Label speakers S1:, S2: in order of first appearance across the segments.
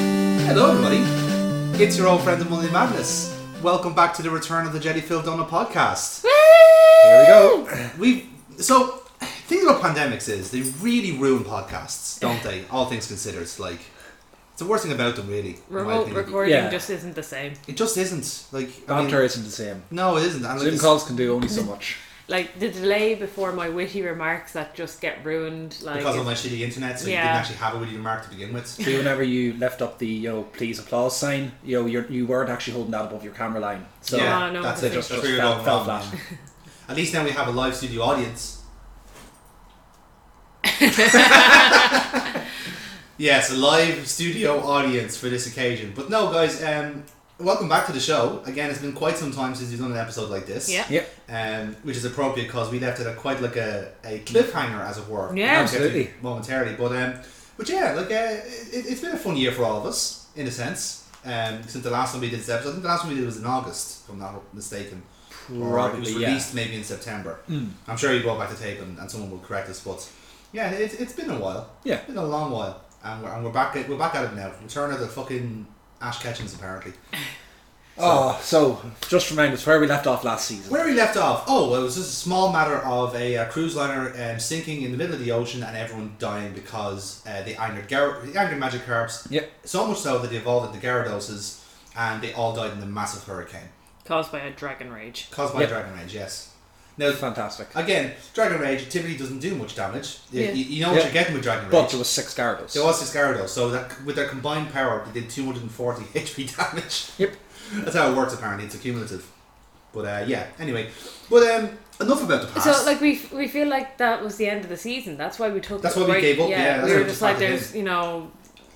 S1: Hello, everybody. It's your old friend, the Monday Madness. Welcome back to the Return of the Jelly Phil Donna podcast.
S2: Here
S1: we go. We so thing about pandemics is they really ruin podcasts, don't they? All things considered, like it's the worst thing about them, really. in my
S2: Remote
S1: opinion.
S2: recording
S3: Yeah.
S2: just isn't the same.
S1: It just isn't like I mean,
S3: Banter isn't the same.
S1: no, it isn't. And, like,
S3: Zoom
S1: it's-
S3: calls can do only so much.
S2: Like the delay before my witty remarks that just get ruined. Like
S1: because of my shitty internet, so you
S2: Yeah.
S1: didn't actually have a witty remark to begin with.
S3: See, whenever you left up the you know, please applause sign, you know, you're, you weren't actually holding that above your camera line. So
S1: yeah,
S2: No, no,
S1: that's
S2: they
S1: it.
S3: just-
S1: That's
S3: just
S1: where you're
S3: fell-
S1: going
S3: fell
S1: wrong,
S3: flat.
S1: man. At least now we have a live studio audience. yes, a live studio audience for this occasion. But no, guys, um, welcome back to the show. Again, it's been quite some time since we've done an episode like this.
S2: Yeah.
S3: yeah,
S1: Um, which is appropriate because we left it at quite like a, a cliffhanger, as it were.
S2: Yeah.
S1: I'll get to
S3: Absolutely.
S1: it Momentarily, but um, but yeah, like uh, it, it's been a fun year for all of us in a sense. Um, since the last time we did this episode, I think the last one we did was in August, if I'm not mistaken. or it was
S3: probably yeah.
S1: released maybe in September.
S3: Mm.
S1: I'm sure you brought back the tape and, and someone will correct us, but yeah, it, it's been a while.
S3: Yeah.
S1: It's been a long while, and we're, and we're back at we're back at it now. Return of the fucking Ash Ketchums, apparently.
S3: Oh, so just remind us where we left off last season.
S1: Where we left off, oh, it was just a small matter of a, uh cruise liner um, sinking in the middle of the ocean and everyone dying because uh, they angered Gar- they angered magic carps
S3: Yep.
S1: so much so that they evolved into Gyarados and they all died in a massive hurricane
S2: caused by a dragon rage.
S1: caused by
S3: Yep.
S1: Dragon Rage. Yes. Now,
S3: Fantastic.
S1: again, Dragon Rage typically doesn't do much damage. You,
S2: Yeah.
S1: you, you know what
S3: Yeah.
S1: you're getting with Dragon Rage.
S3: But there was six Gyarados.
S1: There was six Gyarados, so that with their combined power, they did 240 HP damage.
S3: Yep.
S1: That's how it works. Apparently, it's accumulative. But uh, yeah. Anyway, but um, enough about the past.
S2: So like we f- we feel like that was the end of the season. That's why we took.
S1: That's
S2: the
S1: why we
S2: break.
S1: gave up, yeah, that's
S2: we
S1: why
S2: were
S1: we
S2: just
S1: decided
S2: like
S1: to
S2: there's you know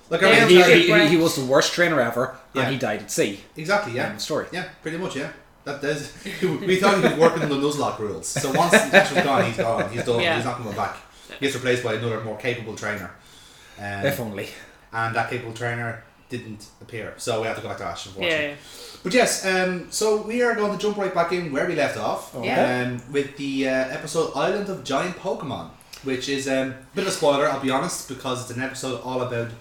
S1: like I
S2: Yeah,
S1: mean,
S3: he,
S2: sorry.
S3: he- he- he was the worst trainer ever,
S1: Yeah.
S3: and he died at sea.
S1: exactly. Yeah.
S3: End of story.
S1: Yeah. Pretty much. Yeah. That does. We thought he was working on the Nuzlocke rules. So once Ash was gone, he's gone. He's done.
S2: Yeah.
S1: He's not coming back. He gets replaced by another more capable trainer. Um,
S3: If only.
S1: and that capable trainer didn't appear, so we have to go back to Ash.
S2: yeah,
S1: Unfortunately.
S2: yeah.
S1: But yes, um, so we are going to jump right back in where we left off
S2: Yeah.
S1: um, with the uh, episode Island of Giant Pokemon, which is um, a bit of a spoiler, I'll be honest, because it's an episode all about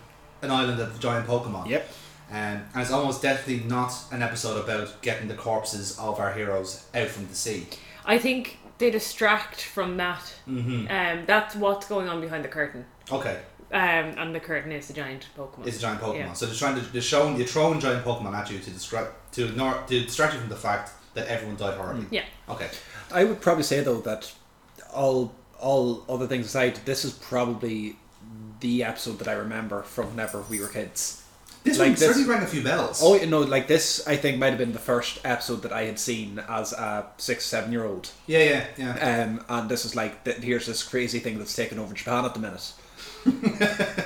S1: an island of giant Pokemon.
S3: Yep.
S1: Um, and it's almost definitely not an episode about getting the corpses of our heroes out from the sea.
S2: I think they distract from that. Mm-hmm. Um, that's what's going on behind the curtain.
S1: Okay,
S2: Um, and the curtain is the giant Pokemon.
S1: it's a giant Pokemon.
S2: Yeah.
S1: So they're trying to they're showing you're throwing giant Pokemon at you to distract to ignore to distract you from the fact that everyone died horribly.
S2: Mm. Yeah.
S1: Okay.
S3: I would probably say though that all all other things aside, this is probably the episode that I remember from whenever we were kids.
S1: This
S3: Like
S1: one
S3: this-
S1: certainly rang a few bells.
S3: Oh no, like this I think might have been the first episode that I had seen as a six, seven year old.
S1: yeah, yeah, yeah.
S3: Um, and this is like th- here's this crazy thing that's taken over Japan at the minute.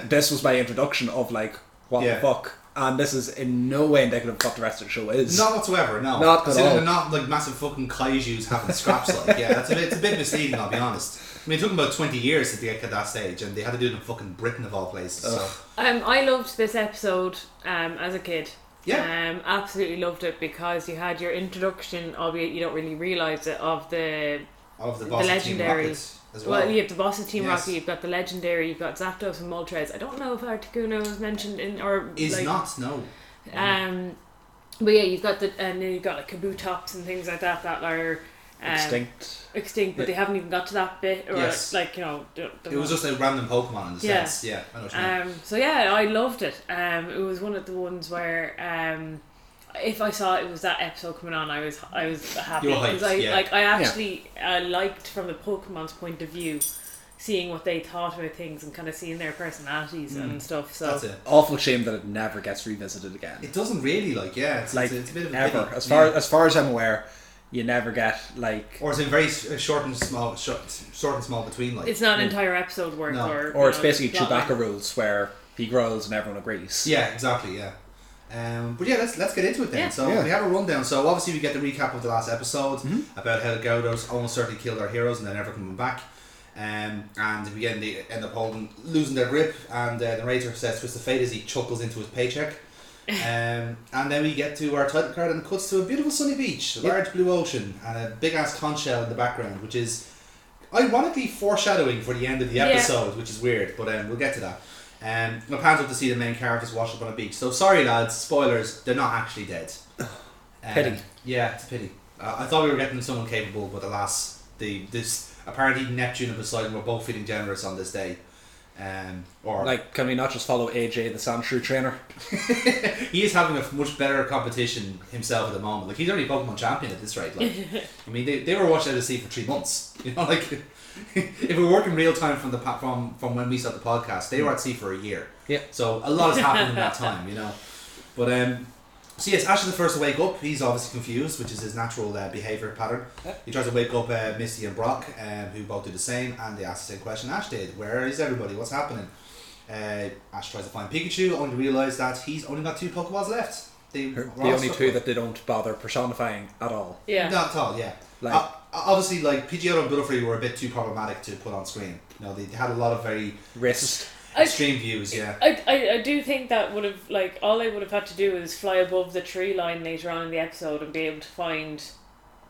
S3: this was my introduction of like what
S1: Yeah.
S3: the fuck, and this is in no way indicative of what the rest of the show is.
S1: Not whatsoever, no.
S3: Not at
S1: Considering
S3: all.
S1: They're not like massive fucking kaijus having scraps like. Yeah, that's a bit, it's a bit misleading, I'll be honest. I mean, it took them about 20 years to get to that stage, and they had to do it in fucking Britain of all places. So.
S2: Um, I loved this episode um, as a kid.
S1: Yeah.
S2: Um, absolutely loved it because you had your introduction, albeit you don't really realise it, of the.
S1: Of the
S2: The
S1: boss of Team
S2: legendary-
S1: Rocket as well.
S2: Well, you have the boss of Team
S1: Yes.
S2: Rocket, you've got the legendary, you've got Zapdos and Moltres. I don't know if Articuno was mentioned in. or
S1: Is
S2: like,
S1: not, no.
S2: Um, but yeah, you've got the. and then you've got like Kabutops and things like that that are. Um,
S3: Extinct.
S2: Extinct, but they haven't even got to that bit. Or
S1: Yes.
S2: like, you know. don't- don't
S1: It was
S2: know.
S1: just a random Pokemon in the
S2: Yeah.
S1: sense. Yeah, I know what you mean.
S2: Um, so yeah, I loved it. Um, it was one of the ones where um, if I saw it was that episode coming on, I was I was happy
S1: You were hyped,
S2: I
S1: yeah.
S2: like I actually uh, liked from the Pokemon's point of view, seeing what they thought about things and kind of seeing their personalities
S3: Mm.
S2: and stuff. So
S1: That's it.
S3: Awful shame that it never gets revisited again.
S1: It doesn't really, like, yeah, it's,
S3: like
S1: it's, it's a bit of a
S3: ever.
S1: pity.
S3: As far
S1: Yeah.
S3: as far as I'm aware, you never get like
S1: Or it's in very s- uh, short and small, short, short and small between, like.
S2: it's not an entire episode worth,
S1: No.
S2: or
S3: Mm. or
S2: you
S3: it's
S2: know,
S3: basically
S2: plot line.
S3: Chewbacca rules where he grows and everyone agrees.
S1: Yeah, exactly. Yeah. Um, but yeah, let's let's get into it then.
S2: Yeah.
S1: So
S3: Yeah. Mm-hmm.
S1: we have a rundown. So obviously we get the recap of the last episode about how the Gyarados almost certainly killed our heroes and they're never coming back. Um, and we end, they end up holding, losing their grip, and uh, the narrator says twist of fate as he chuckles into his paycheck. Um, and then we get to our title card and it cuts to a beautiful sunny beach, a
S3: Yep.
S1: large blue ocean, and a big ass conch shell in the background, which is ironically foreshadowing for the end of the
S2: Yeah.
S1: episode, which is weird, but um, we'll get to that. Um, and it pans up to see the main characters washed up on a beach. So sorry, lads, spoilers, they're not actually dead. Um,
S4: Pity.
S1: Yeah, it's a pity. Uh, I thought we were getting someone capable, but alas, the this apparently Neptune and Poseidon were both feeling generous on this day. Um, or
S4: Like, can we not just follow AJ, the Sandshrew trainer?
S1: he is having a much better competition himself at the moment. Like he's already Pokemon champion at this rate. Like, I mean, they, they were watched out of sea for three months. You know, like if we work in real time from the pa- from from when we started the podcast, they were at sea for a year.
S4: Yeah.
S1: So a lot has happened in that time. You know, but um. So yes, Ash is the first to wake up. He's obviously confused, which is his natural uh, behavior pattern.
S4: Yeah.
S1: He tries to wake up uh, Misty and Brock, um, who both do the same, and they ask the same question Ash did: Where is everybody? What's happening? Uh, Ash tries to find Pikachu, only to realize that he's only got two Pokeballs left. They
S4: The only two that they don't bother personifying at all.
S2: Yeah.
S1: not at all. Yeah,
S4: Like-
S1: Uh, obviously, like Pidgeotto and Butterfree were a bit too problematic to put on screen. You know, they had a lot of very
S4: Racist.
S2: I-
S1: extreme views. Yeah,
S2: I, I, I do think that would have like all they would have had to do is fly above the tree line later on in the episode and be able to find,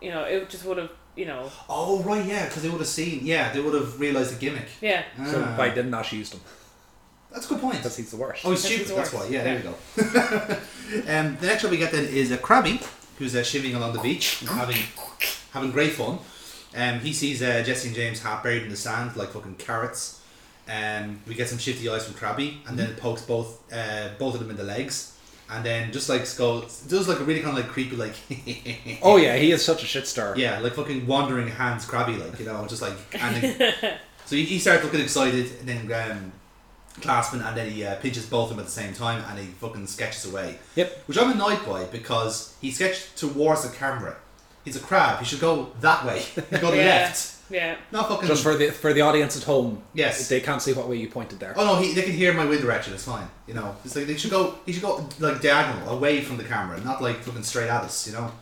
S2: you know, it just would have you know
S1: Oh right, yeah, because they would have seen. Yeah, they would have realized the gimmick.
S2: yeah
S4: So
S1: Ah,
S4: why didn't Ash use them?
S1: that's a good point.
S4: Because he's the worst.
S1: Oh, he's
S2: That's
S1: stupid.
S2: the
S1: That's why.
S2: worst.
S1: Yeah, there we go. um, the next one we get then is a Krabby who's uh, shivering along the beach, having having great fun. Um, he sees uh, Jesse and James half buried in the sand like fucking carrots. Um, we get some shifty eyes from Krabby, and then it pokes both uh, both of them in the legs, and then just like Skull does like a really kind of like creepy like
S4: Oh yeah, he is such a shit star.
S1: yeah like fucking wandering hands Krabby like you know just like and then, so he, he starts looking excited and then um, clasping and then he uh, pinches both of them at the same time and he fucking sketches away.
S4: Yep.
S1: Which I'm annoyed by because he sketched towards the camera. He's a crab. He should go that way. go to the
S2: Yeah.
S1: left.
S2: yeah
S1: Not fucking.
S4: Just for the for the audience at home.
S1: Yes.
S4: They can't see what way you pointed there.
S1: oh no, he, they can hear my wind direction. It's fine. You know, it's like they should go. He should go like diagonal away from the camera, not like fucking straight at us. You know.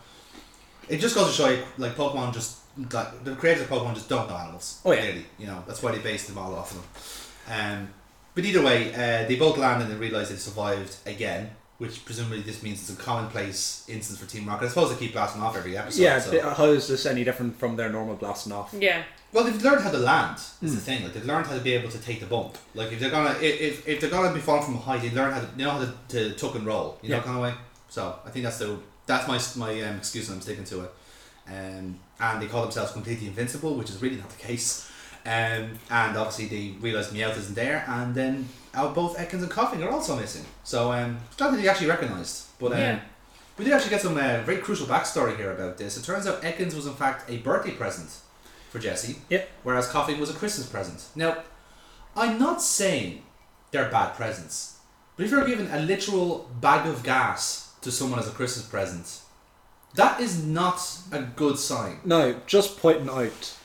S1: It just goes to show you, like Pokemon just like the creators of Pokemon just don't know animals.
S4: Oh, yeah.
S1: Clearly, you know that's why they based them all off of them. Um, but either way, uh, they both land and they realize they survived again. Which presumably this means it's a commonplace instance for Team Rocket. I suppose they keep blasting off every episode.
S4: yeah.
S1: so.
S4: th- How is this any different from their normal blasting off?
S2: yeah
S1: Well, they've learned how to land. Is the thing. Like they've learned how to be able to take the bump. Like if they're gonna if, if, if they're gonna be falling from high, they learn how to they know how to, to tuck and roll. You know,
S4: Yeah.
S1: kind of way. So I think that's the that's my my um, excuse, and I'm sticking to it. Um, and they call themselves completely invincible, which is really not the case. Um, and obviously they realise Meowth isn't there, and then out both Ekans and Coughing are also missing. So um, which I don't think they actually recognised, but um,
S2: Yeah.
S1: we did actually get some uh, very crucial backstory here about this. It turns out Ekans was in fact a birthday present for Jesse,
S4: Yep.
S1: whereas Coughing was a Christmas present. Now, I'm not saying they're bad presents, but if you're giving a literal bag of gas to someone as a Christmas present, that is not a good sign.
S4: No, just pointing out.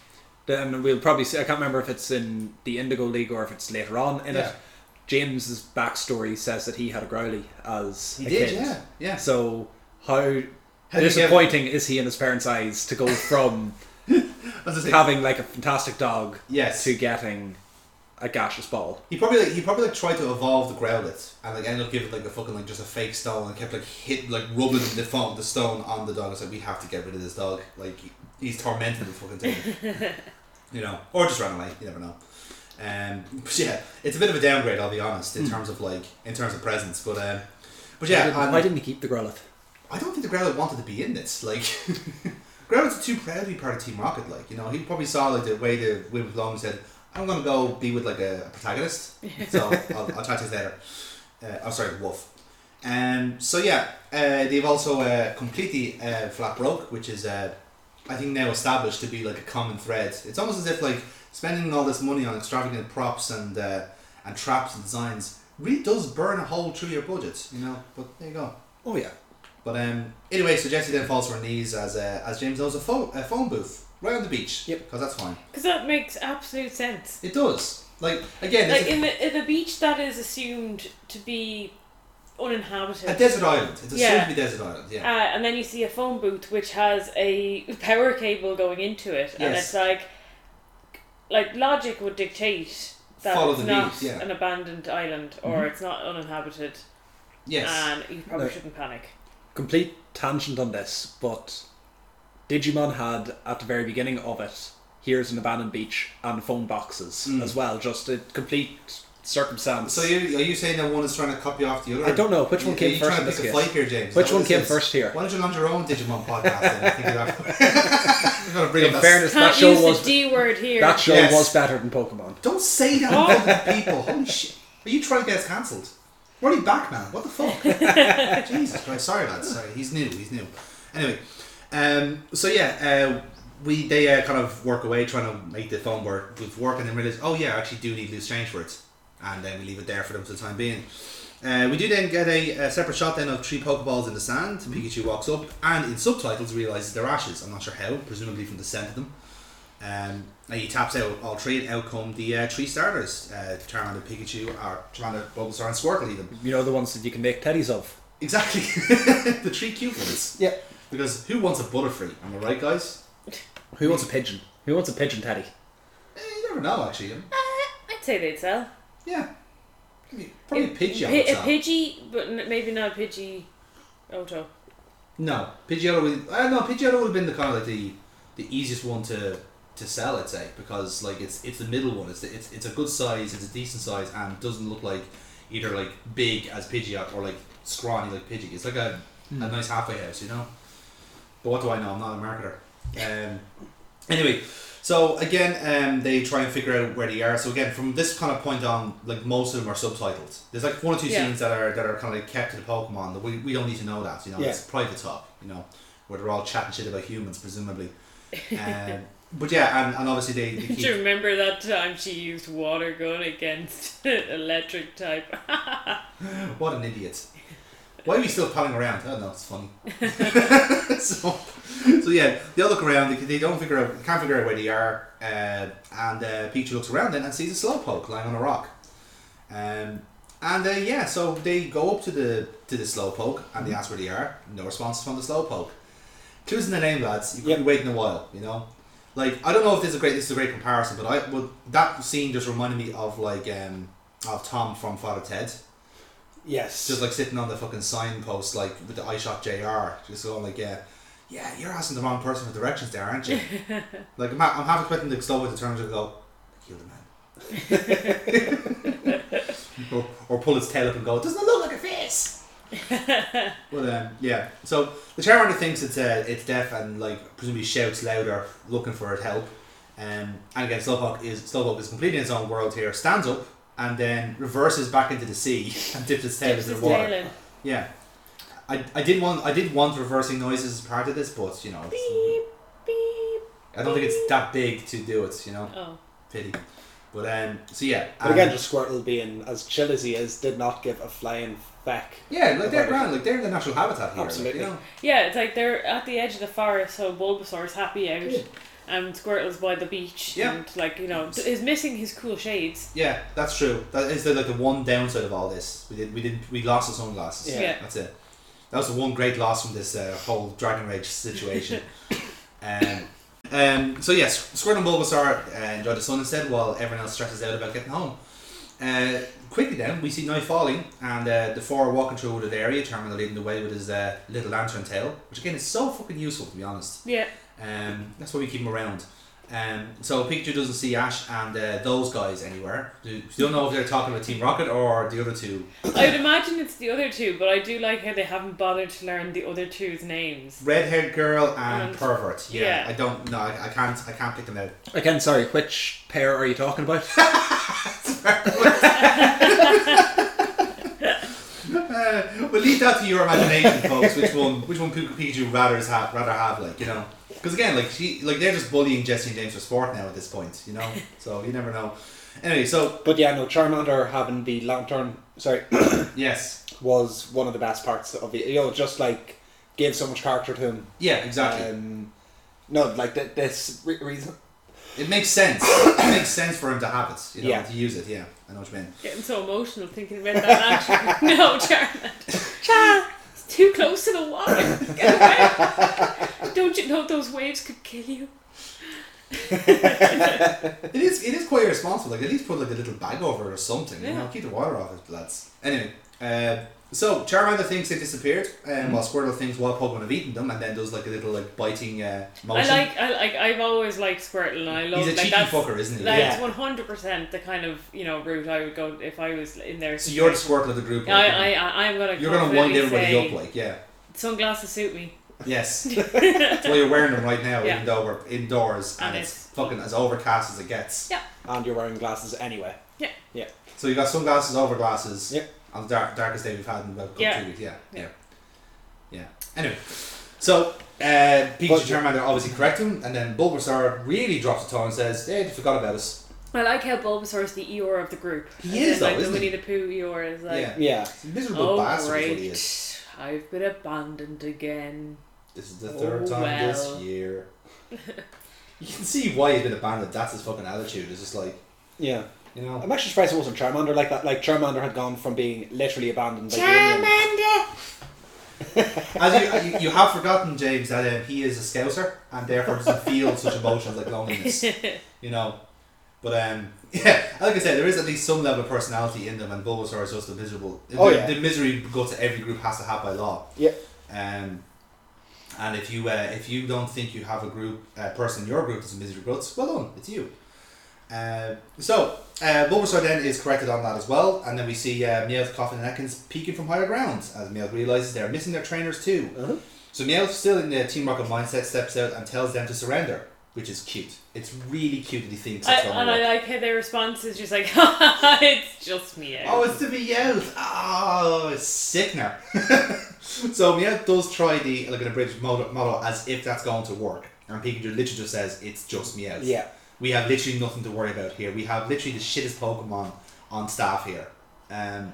S4: Then we'll probably see. I can't remember if it's in the Indigo League or if it's later on in
S1: Yeah.
S4: it. James's backstory says that he had a growly as
S1: He
S4: a
S1: did,
S4: kid.
S1: yeah, yeah.
S4: So how,
S1: How did he get-
S4: disappointing is he in his parents' eyes to go from
S1: As I say,
S4: having like a fantastic dog
S1: Yes.
S4: to getting a gaseous ball?
S1: He probably like, he probably like tried to evolve the Growlithe and like ended up giving like a fucking like just a fake stone and kept like hit like rubbing the phone, the stone on the dog. and said we have to get rid of this dog. Like he- he's tormenting the fucking thing, you know, or just ran away. You never know. Um, but yeah, it's a bit of a downgrade. I'll be honest in terms of like in terms of presence, but um, but
S4: Why
S1: yeah,
S4: didn't,
S1: and-
S4: why didn't he keep the growlithe?
S1: I don't think the Growlithe wanted to be in this. Like, Growlithe's too proud to be part of Team Rocket. Like, you know, he probably saw like the way the Wind with Long said, "I'm gonna go be with like a, protagonist." So I'll, I'll chat to you later. Uh, I'm sorry, Wolf. Um, so yeah, uh, they've also uh, completely uh, flat broke, which is uh, I think now established to be like a common thread. It's almost as if like spending all this money on extravagant props and uh, and traps and designs really does burn a hole through your budget, you know. But there you go.
S4: Oh yeah,
S1: But um, anyway, so Jessie then falls to her knees as uh, as James owns a, pho- a phone booth right on the beach.
S4: Yep.
S1: Because that's fine.
S2: because that makes absolute sense.
S1: It does. Like again,
S2: Like
S1: it's
S2: in the in the beach that is assumed to be uninhabited.
S1: a, a desert island. It's a
S2: Yeah.
S1: soon-to-be desert island. Yeah.
S4: Um,
S2: Uh, and then you see a phone booth which has a power cable going into it, and
S1: Yes.
S2: it's like, like logic would dictate that
S1: Follow
S2: it's
S1: the
S2: not
S1: lead, yeah.
S2: an abandoned island or it's not uninhabited,
S1: yes.
S4: uh,
S2: and you probably
S4: No.
S2: shouldn't panic.
S4: complete tangent on this, but Digimon had at the very beginning of it. Here's an abandoned beach and phone boxes as well. Just a complete circumstance.
S1: Hmm. So you, are you saying that one is trying to copy off the other?
S4: I don't know. Which one
S1: You-
S4: came
S1: you
S4: first
S1: trying
S4: in
S1: to
S4: this
S1: pick
S4: case?
S1: a fight here, James.
S4: Which
S1: What
S4: one
S1: is
S4: came
S1: this?
S4: first here?
S1: Why don't you launch your own Digimon podcast? Then? I think it out. You're gonna bring
S4: In
S1: up that-
S4: fairness,
S2: Can't
S4: that show
S2: use
S4: was
S2: the D word here.
S4: that show
S1: Yes.
S4: was better than Pokemon.
S1: Don't say that in front of the people. Holy shit! Are you trying to get us cancelled? We're only back, man. What the fuck? Jesus Christ! Sorry, lads. Sorry, he's new. He's new. Anyway, um, so yeah, uh, we they uh, kind of work away trying to make the phone work with work, and then realize, oh yeah, I actually do need loose change for it, and then we leave it there for them for the time being. Uh, we do then get a, a separate shot then of three Pokeballs in the sand. Pikachu walks up and in subtitles realizes they're ashes. I'm not sure how, presumably from the scent of them. Um, and he taps out all three, and out come the uh, three starters: uh, Charmander, Pikachu, or Charmander, Bulbasaur, and Squirtle. Even
S4: You know the ones that you can make teddies of.
S1: exactly the three cute ones.
S4: Yeah.
S1: Because who wants a Butterfree? Am I right, guys?
S4: Who wants a pigeon? Who wants a pigeon teddy?
S1: Eh, you never know, actually.
S2: Uh, I'd say they'd sell.
S1: Yeah, probably a Pidgeot.
S2: Pi-
S1: would
S2: a
S1: sell.
S2: Pidgey, but n- maybe not a Pidgey. Oto.
S1: No, Pidgeotto. Would, I don't know. Pidgeotto would have been the kind of like the the easiest one to to sell. I'd say because like it's it's the middle one. It's the, it's it's a good size. It's a decent size and doesn't look like either like big as Pidgeot or like scrawny like Pidgey. It's like a a nice halfway house, you know. But what do I know? I'm not a marketer. Um, anyway, so again, um, they try and figure out where they are. So again, from this kind of point on, like most of them are subtitled. There's like one or two
S2: Yeah.
S1: scenes that are that are kind of like kept to the Pokemon. That we, we don't need to know that. You know, it's private talk. You know, where they're all chatting shit about humans, presumably. Um, but yeah, and, and obviously they, they
S2: Do you
S1: keep.
S2: remember that time she used water gun against electric type?
S1: What an idiot! Why are we still palling around? I don't know. It's funny. so, so yeah, they all look around. They, they don't figure out. They can't figure out where they are. Uh, and uh, Pikachu looks around then and sees a slowpoke lying on a rock. Um, and uh, yeah, so they go up to the to the slowpoke and they ask where they are. No response from the slowpoke. Clues in the name, lads. You could be waiting a while. You know, like I don't know if this is a great this is a great comparison, but I would that scene just reminded me of like um of Tom from Father Ted
S4: Yes.
S1: just like sitting on the fucking signpost, like with the I shot JR, just going like, yeah, yeah, you're asking the wrong person for directions there, aren't you? like, I'm, ha- I'm half expecting the slow to turn around and go, I killed a man. or, or pull its tail up and go, it doesn't look like a face. but um, yeah, so the Charmander thinks it's uh, it's deaf and like presumably shouts louder, looking for its help. Um, and again, Slowpoke is Slowpoke is completely in its own world here. Stands up and then reverses back into the sea and dips its tail
S2: Dips
S1: into
S2: his
S1: the water.
S2: tail in.
S1: Yeah. I, I did want I did want reversing noises as part of this, but you know, it's-
S2: Beep, beep.
S1: I don't think it's that big to do it. You know,
S2: Oh.
S1: pity. But um, so yeah.
S3: But
S1: um,
S3: again, just Squirtle being as chill as he is, did not give a flying feck.
S1: yeah, like they're
S3: about it.
S1: grand, like they're in the natural habitat here. Absolutely.
S3: Absolutely.
S1: you know?
S2: Yeah, it's like they're at the edge of the forest, so Bulbasaur's happy out,
S1: Good.
S2: and Squirtle's by the beach,
S1: Yeah.
S2: and like you know, th- is missing his cool shades.
S1: Yeah, that's true. That is the, like the one downside of all this. We did we did we lost the sunglasses.
S2: Yeah.
S1: That's it. That was the one great loss from this uh, whole Dragon Rage situation. um, um, so yes, Squirtle and Bulbasaur uh, enjoy the sun instead, while everyone else stresses out about getting home. Uh, quickly then, we see night falling, and uh, the four are walking through wooded area, Terminal leading the way with his uh, little lantern tail, which again is so fucking useful to be honest.
S2: Yeah,
S1: Um, that's why we keep him around. Um, so Pikachu doesn't see Ash and uh, those guys anywhere. Do- You don't know if they're talking about Team Rocket or the other two.
S2: I'd imagine it's the other two, but I do like how they haven't bothered to learn the other two's names.
S1: Red-haired girl and
S2: Um,
S1: pervert. Yeah,
S2: yeah.
S1: I don't know. I, I can't. I can't pick them out.
S4: Again, sorry. Which pair are you talking about?
S1: Uh, we'll leave that to your imagination, folks. Which one? Which one? Pik- Pikachu rather have rather have like you know? Because again, like she, like they're just bullying Jesse and James for sport now at this point. You know, so you never know. Anyway, so
S3: But yeah, no, Charmander having the lantern, sorry,
S1: yes,
S3: was one of the best parts of it. You know, just like gave so much character to him.
S1: yeah, exactly.
S3: Um, no, like th- this re- reason.
S1: It makes sense. it makes sense for him to have it. You know,
S3: Yeah.
S1: to use it. Yeah, I know what you mean.
S2: Getting so emotional thinking about that action. no, Charmander. Char, it's too close to the water. Get away. Don't you know those waves could kill you?
S1: It is it is quite irresponsible. Like at least put like a little bag over it or something. You know,
S2: Yeah.
S1: keep the water off it, lads. Anyway, uh, So Charmander thinks they disappeared,
S2: Mm.
S1: and while Squirtle thinks well Pokemon have eaten them, and then does like a little like biting uh,
S2: I
S1: motion.
S2: like, I like, I've always liked Squirtle, and I love
S1: He's a
S2: like
S1: cheeky
S2: that's
S1: fucker, isn't he?
S2: that's
S3: Yeah.
S2: one hundred percent the kind of you know route I would go if I was in there.
S1: so you're the Squirtle of the group.
S2: I,
S1: like,
S2: I, I, I'm gonna.
S1: you're gonna wind
S2: confidently
S1: everybody
S2: say,
S1: up like yeah.
S2: Sunglasses suit me.
S1: Yes. well, you're wearing them right now,
S2: Yeah.
S1: even though we're indoors and,
S2: And
S1: it's,
S2: it's-
S1: fucking as overcast as it gets.
S2: Yeah.
S3: And you're wearing glasses anyway.
S2: Yeah.
S3: Yeah.
S1: So you got sunglasses over glasses.
S3: Yep.
S1: On the dark, darkest day we've had in about a couple
S2: Yeah.
S1: two weeks. Yeah.
S2: Yeah.
S1: Yeah. Yeah. Anyway, so uh, Pikachu
S3: But-
S1: Charmander obviously correct him, and then Bulbasaur really drops the tone and says, "Hey, they forgot about us."
S2: I like how Bulbasaur is the Eeyore of the group.
S1: He is
S2: As in,
S1: though,
S2: like
S1: isn't
S2: the
S1: he?
S2: Winnie the Pooh Eeyore is like,
S1: yeah.
S3: Yeah.
S1: He's a miserable
S2: oh
S1: bastard. is what he is.
S2: great, I've been abandoned again.
S1: This is the
S2: Oh,
S1: third time this
S2: well.
S1: year. you can see why he's been abandoned. That's his fucking attitude. It's just like
S3: Yeah.
S1: you know.
S3: I'm actually surprised it wasn't Charmander like that. Like Charmander had gone from being literally abandoned by the
S1: As you, you, you have forgotten, James, that um, he is a scouser and therefore doesn't feel such emotions like loneliness. You know, but um, yeah, like I said, there is at least some level of personality in them, and Bulbasaur is just a miserable.
S3: Oh,
S1: the,
S3: yeah.
S1: the misery goes to every group has to have by law.
S3: Yeah.
S1: Um, and if you uh, if you don't think you have a group uh, person in your group that's a miserable guts, well done, it's you. Uh, so uh, Bulbasaur then is corrected on that as well, and then we see uh, Meowth, Coffin, and Atkins peeking from higher grounds as Meowth realizes they're missing their trainers too.
S3: Uh-huh.
S1: So Meowth, still in the Team Rocket mindset, steps out and tells them to surrender, which is cute. It's really cute that he thinks
S2: I,
S1: it's going
S2: and I like how their response is just like, it's just me.
S1: Oh, it's the Meowth. Oh, it's sick now. so Meowth does try the like an abridged model, model as if that's going to work, and Pikachu literally just says it's just Meowth.
S3: Union. Yeah.
S1: We have literally nothing to worry about here. We have literally the shittest Pokemon on staff here. Um,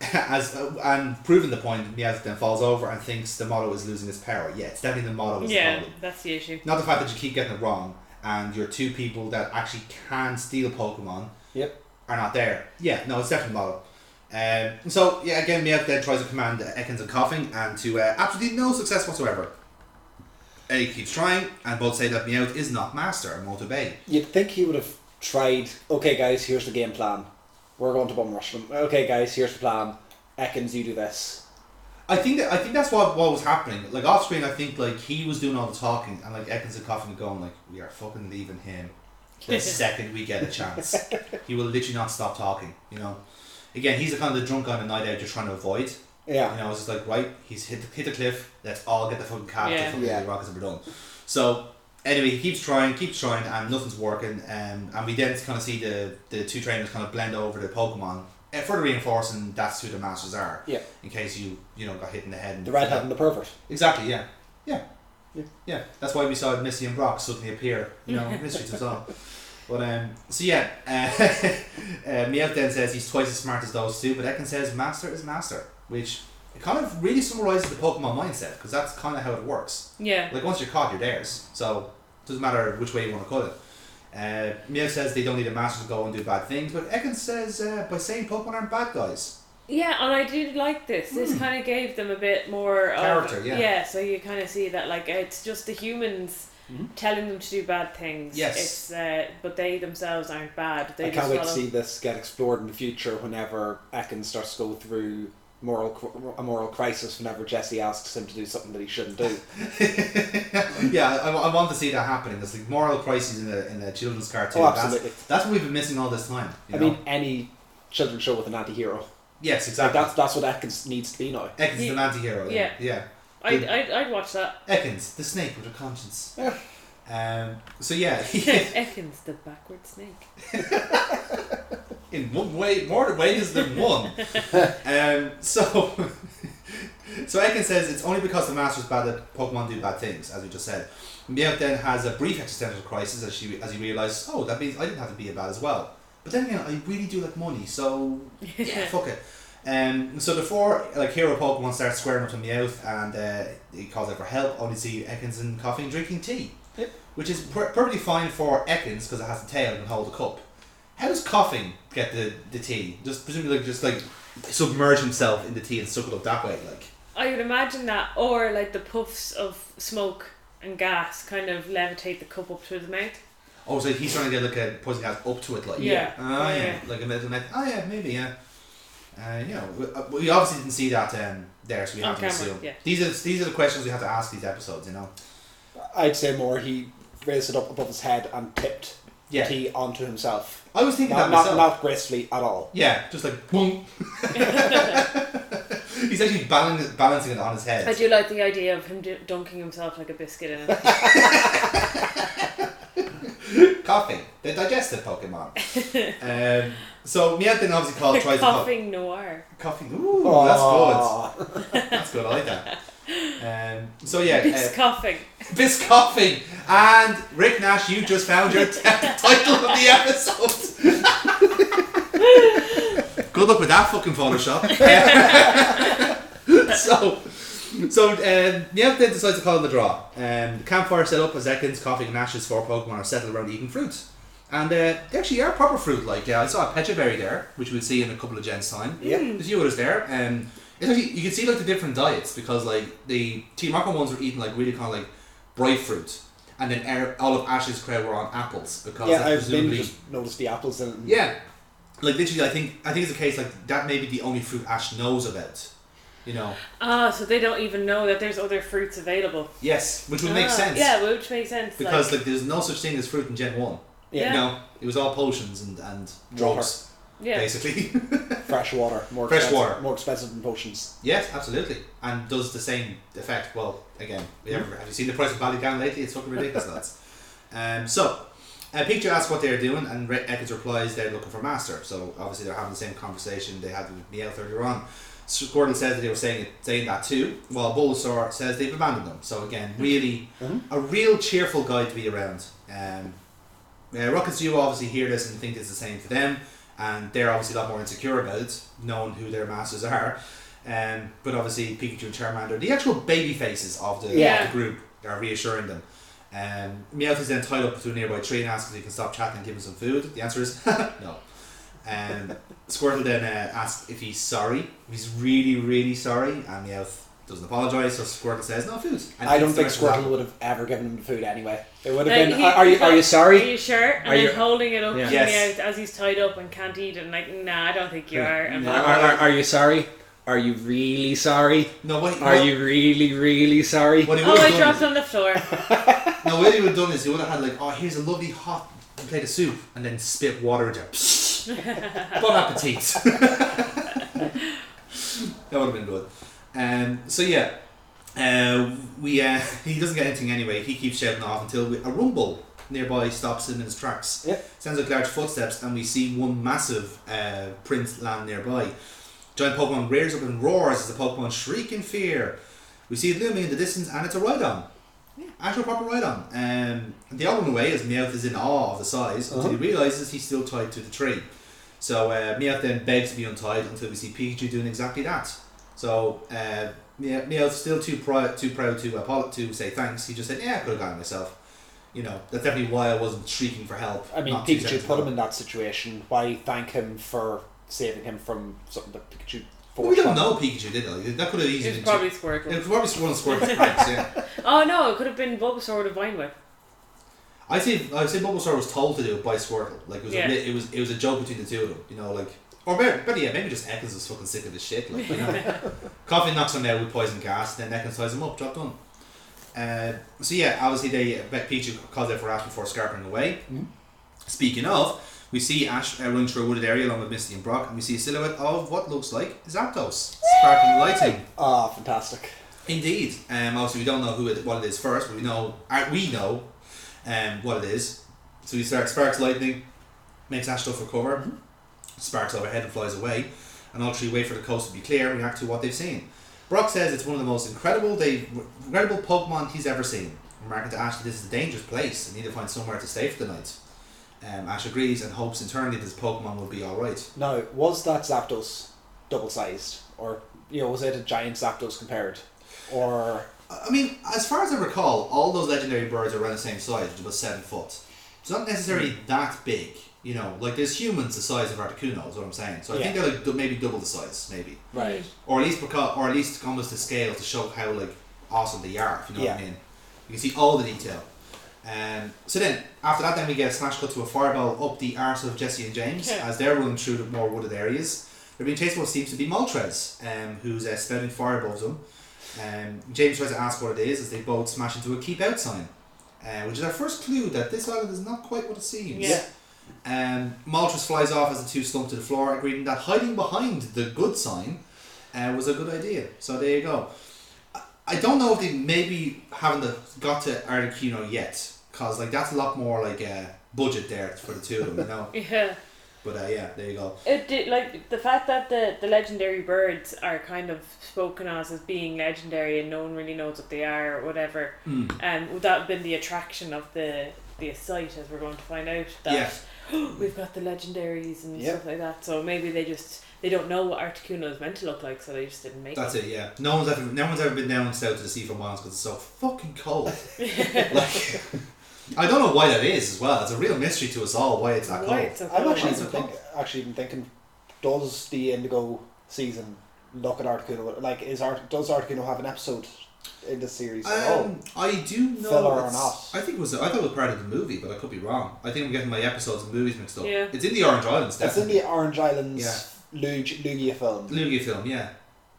S1: as uh, and proving the point, Meowth then falls over and thinks the motto is losing its power. Yeah, it's definitely the motto is the
S2: yeah,
S1: problem.
S2: that's the issue.
S1: Not the fact that you keep getting it wrong, and your two people that actually can steal Pokemon
S3: Yep.
S1: are not there. Yeah, no, it's definitely model. Um, so yeah, again, Meowth then tries to command uh, Ekans and Coughing, and to uh, absolutely no success whatsoever. Eddie keeps trying, and both say that Meowth is not master and won't obey.
S3: You'd think he would have tried. Okay, guys, here's the game plan. We're going to bum rush them. Okay, guys, here's the plan. Ekans, you do this.
S1: I think that I think that's what what was happening. Like off screen, I think like he was doing all the talking, and like Ekans and Coughing were going like, "We are fucking leaving him the second we get a chance. He will literally not stop talking." You know, again, he's the kind of the drunk on a night out you're trying to avoid.
S3: Yeah.
S1: And I was just like, right, he's hit the, hit the cliff. Let's all get the fucking cab to
S2: Yeah.
S1: fucking
S3: Yeah.
S1: the rockets and we're done. So anyway, he keeps trying, keeps trying, and nothing's working. Um, and we then kind of see the the two trainers kind of blend over the Pokemon, uh, further reinforcing that's who the masters are.
S3: Yeah.
S1: In case you you know got hit in the head. And
S3: The red hat and the pervert.
S1: Exactly. Yeah. Yeah.
S3: Yeah.
S1: Yeah. That's why we saw Misty and Brock suddenly appear. You know, mystery to us all. But um, so yeah, uh, uh, Meowth then says he's twice as smart as those two, but Ekans says master is master, which it kind of really summarizes the Pokemon mindset because that's kind of how it works.
S2: Yeah.
S1: Like once you're caught, you're theirs. So it doesn't matter which way you want to cut it. Uh, Meowth says they don't need a master to go and do bad things, but Ekans says uh, by saying Pokemon aren't bad guys.
S2: Yeah, and I did like this. This kind of gave them a bit more of-
S1: Hmm. Character, yeah.
S2: so you kind of see that like it's just the humans telling them to do bad things.
S1: Mm-hmm. Yes.
S2: It's uh, but they themselves aren't bad. They
S3: I
S2: just
S3: can't wait to
S2: follow.
S3: see this get explored in the future whenever Ekans starts to go through moral cr- a moral crisis whenever Jesse asks him to do something that he shouldn't do.
S1: yeah, I, I want to see that happening. There's like moral crises in a, in a children's cartoon.
S3: Oh, absolutely.
S1: That's, that's what we've been missing all this time. you
S3: I
S1: know?
S3: mean, any children's show with an anti-hero.
S1: yes,
S3: Like,
S1: exactly.
S3: that's, that's what Ekans needs to be now.
S1: Ekans is
S2: Ye-
S1: an anti-hero. Yeah. yeah.
S2: I'd, I'd, I'd watch that.
S1: Ekans, the snake with a conscience.
S3: Yeah.
S1: um, so yeah,
S2: Ekans, the backward snake.
S1: in one way, more ways than one. um, so, so Ekin says it's only because the master's bad that Pokemon do bad things, as we just said. Meowth then has a brief existential crisis as she as he realizes, oh, that means I didn't have to be a bad as well. But then again, I really do like money, so yeah, fuck it. Um, so the four like hero Pokemon start squaring up to Meowth, and uh, he calls out for help. Only to see Ekans and Coffee and drinking tea,
S3: Yep.
S1: which is per- perfectly fine for Ekans because it has a tail and can hold a cup. How does coughing get the, the tea? Just presumably like just like submerge himself in the tea and suck it up that way, like.
S2: I would imagine that, or like the puffs of smoke and gas kind of levitate the cup up to his mouth.
S1: Oh, so he's trying to get like a poison gas up to it, like.
S2: Yeah.
S1: Ah, yeah.
S2: Yeah.
S1: Like a metal neck. Ah, yeah, maybe, yeah. Uh, you know, we, uh, we obviously didn't see that um, there, so we
S2: On
S1: have to
S2: camera,
S1: assume.
S2: yeah.
S1: These are these are the questions we have to ask these episodes. You know.
S3: I'd say more he raised it up above his head and tipped
S1: Yeah.
S3: the tea onto himself.
S1: I was thinking
S3: Not,
S1: that
S3: not,
S1: myself.
S3: not gracefully at all.
S1: Yeah, just like boom. He's actually balancing balancing it on his head.
S2: I do like the idea of him d- dunking himself like a biscuit in it.
S1: Coughing, the digestive Pokemon. um, so Meowth obviously calls Oh, tries to
S2: Coughing noir.
S1: pop, coughing. Ooh,
S3: Aw.
S1: that's good. That's good. I like that. Um, so yeah,
S2: He's coughing.
S1: uh, bis coughing and Rick Nash. You just found your t- title of the episode. good luck with that fucking Photoshop. so, so um, Meowth then decides to call in the draw. Um, the campfire set up as Ekans, coughing, and ashes for Pokemon are settled around eating fruit. And uh, they actually are proper fruit. Like uh, I saw a Pechaberry there, which we'll see in a couple of gens time.
S3: Yeah.
S1: there's a few others there. Um, it's actually you can see like the different diets because like the Team Rocket ones were eating like really kind of like bright fruit, and then Air- all of Ash's crowd were on apples because
S3: Yeah,
S1: that's
S3: I've been
S1: presumably
S3: just noticed the apples in it. and-
S1: yeah, like literally, I think I think it's a case like that may be the only fruit Ash knows about. You know,
S2: Ah, so they don't even know that there's other fruits available.
S1: yes, which would
S2: Ah,
S1: make sense
S2: Yeah, which makes sense.
S1: because
S2: like,
S1: like there's no such thing as fruit in Gen One.
S2: Yeah.
S1: You know, it was all potions and and drugs
S2: yeah.
S1: basically.
S3: Fresh water. More
S1: Fresh
S3: expensive,
S1: water.
S3: More expensive than potions.
S1: yes, absolutely, and does the same effect. Well, again, we have, have you seen the price of Ballygown lately? It's fucking ridiculous, lads. Um, so. Uh, Pikachu asks what they're doing, and Re- Ekans replies they're looking for Master. So obviously they're having the same conversation they had with Meowth earlier on. So Gordon says that they were saying it, saying that too, while Bulbasaur says they've abandoned them. So again, really, a real cheerful guy to be around. Um, uh, Rockets you obviously hear this and think it's the same for them, and they're obviously a lot more insecure about it, knowing who their masters are. Um, but obviously, Pikachu and Charmander, the actual baby faces of the, of
S2: Yeah.
S1: the group, are reassuring them. Um, Meowth is then tied up to a nearby tree and asks if he can stop chatting and give him some food. The answer is no. Um, Squirtle then uh, asks if he's sorry. He's really, really sorry, and Meowth doesn't apologise, so Squirtle says no food. And
S3: I don't
S1: eats the
S3: think
S1: rest of that.
S3: Squirtle would have ever given him the food anyway. It would
S2: Like,
S3: have been.
S2: he-
S3: Are, are you? Are you
S2: Are
S3: sorry?
S2: you sure? And
S4: Are
S2: then
S4: you-
S2: holding it up
S4: Yeah.
S2: to
S1: Yes.
S2: me as he's tied up and can't eat it. And like, nah, I don't think you are. And
S4: Are, are, are you sorry? Are you really sorry?
S1: No, what,
S4: Are
S1: what-
S4: you really, really sorry?
S1: What he
S2: oh,
S1: would have
S2: I
S1: done
S2: dropped
S1: is-
S2: on the floor.
S1: Now, what he would have done is he would have had like, oh, here's a lovely hot plate of soup, and then spit water into. it. bon appetit. that would have been good. Um, so yeah, uh, we uh, he doesn't get anything anyway. He keeps shouting off until we, a rumble nearby stops him in his tracks.
S3: Yeah.
S1: Sounds like large footsteps, and we see one massive uh, print land nearby. Giant Pokemon rears up and roars as the Pokemon shriek in fear. We see it looming in the distance, and it's a Rhydon. Actual proper Rhydon. Um, the other one away is Meowth is in awe of the size until
S3: Uh-huh.
S1: he realizes he's still tied to the tree. So uh, Meowth then begs to be untied until we see Pikachu doing exactly that. So uh, Meow- Meowth's still too proud, too proud to apolo- to say thanks. He just said, "Yeah, I could have gotten myself." You know, that's definitely why I wasn't shrieking for help.
S3: I mean,
S1: not two
S3: Pikachu
S1: seconds
S3: put him
S1: ago.
S3: in that situation. Why thank him for saving him from something that Pikachu?
S1: Well, we
S3: forced on
S1: don't
S3: him?
S1: know Pikachu, did they? That could have easily
S2: It
S1: been
S2: was probably
S1: It
S2: Squirtle.
S1: was probably one of Squirtle's pranks, yeah.
S2: Oh no, it could have been Bulbasaur with a vine whip.
S1: I think I think Bulbasaur was told to do it by Squirtle. Like it was
S2: Yeah.
S1: a, lit- it was it was a joke between the two of them. You know, like or better, better yeah, maybe just Ekans was fucking sick of this shit. Like you know, Coffee knocks him out with poison gas, then Ekans ties him up, drop done. Uh, so yeah, obviously they uh, Beck Pikachu calls out for Ash before scarpering away. Speaking of, we see Ash uh, running through a wooded area along with Misty and Brock, and we see a silhouette of what looks like Zapdos, sparkling lighting.
S3: Ah, fantastic.
S1: Indeed. Um, obviously, we don't know who it, what it is first, but we know uh, we know um, what it is. So he starts sparks lightning, makes Ash stuff for cover, sparks overhead and flies away, and all three wait for the coast to be clear and react to what they've seen. Brock says it's one of the most incredible they incredible Pokemon he's ever seen, remarking to Ash that this is a dangerous place and need to find somewhere to stay for the night. Um, Ash agrees and hopes internally that his Pokemon will be alright.
S3: Now, was that Zapdos double sized? Or, you know, was it a giant Zapdos compared? Or,
S1: I mean, as far as I recall, all those legendary birds are around the same size, which is about seven foot. It's not necessarily that big, you know. Like there's humans the size of Articuno, is what I'm saying. So I think
S3: Yeah.
S1: they're like du- maybe double the size, maybe,
S3: right.
S1: or at least because, or at least almost the scale to show how like awesome they are. If you know what I
S3: Yeah.
S1: mean, you can see all the detail. Um, so then, after that, then we get a smash cut to a fireball up the arse of Jesse and James
S2: Yeah.
S1: as they're running through the more wooded areas. They're being chased by what seems to be Moltres, um, who's uh, spouting fire above them. Um, James tries to ask what it is as they both smash into a keep out sign, uh, which is our first clue that this island is not quite what it seems.
S2: Yeah.
S1: Um, Moltres flies off as the two slump to the floor, agreeing that hiding behind the good sign uh, was a good idea. So there you go. I- I don't know if they maybe haven't the- got to Arlecchino yet, because like that's a lot more like uh, budget there for the two of them, you know.
S2: Yeah.
S1: But uh, yeah, there you go.
S2: It did, like the fact that the, the legendary birds are kind of spoken as as being legendary and no one really knows what they are or whatever.
S1: Hmm.
S2: Um, would that have been the attraction of the the site as we're going to find out that
S1: Yeah.
S2: we've got the legendaries and
S3: Yeah.
S2: stuff like that. So maybe they just they don't know what Articuno is meant to look like, so they just didn't make
S1: That's
S2: it.
S1: it, yeah. No one's ever, no one's ever been down south to the sea for miles because it's so fucking cold. like, I don't know why that is as well. It's a real mystery to us all why it's that
S2: Why
S1: cold.
S2: it's so
S3: I'm
S2: cool.
S3: actually
S1: Why is
S3: even
S1: it
S3: think,
S1: called?
S3: actually even thinking, does the Indigo season look at Articuno? Like, is Art does Articuno have an episode in this series? at all?
S1: Um, I do know.
S3: Filler or
S1: it's-
S3: not.
S1: I think it was. I thought it was part of the movie, but I could be wrong. I think I'm getting my episodes and movies mixed up.
S2: Yeah.
S1: It's in the Orange Islands.
S3: It's in
S1: Definitely.
S3: the Orange Islands
S1: Yeah.
S3: Lug- Lugia film.
S1: Lugia film, yeah.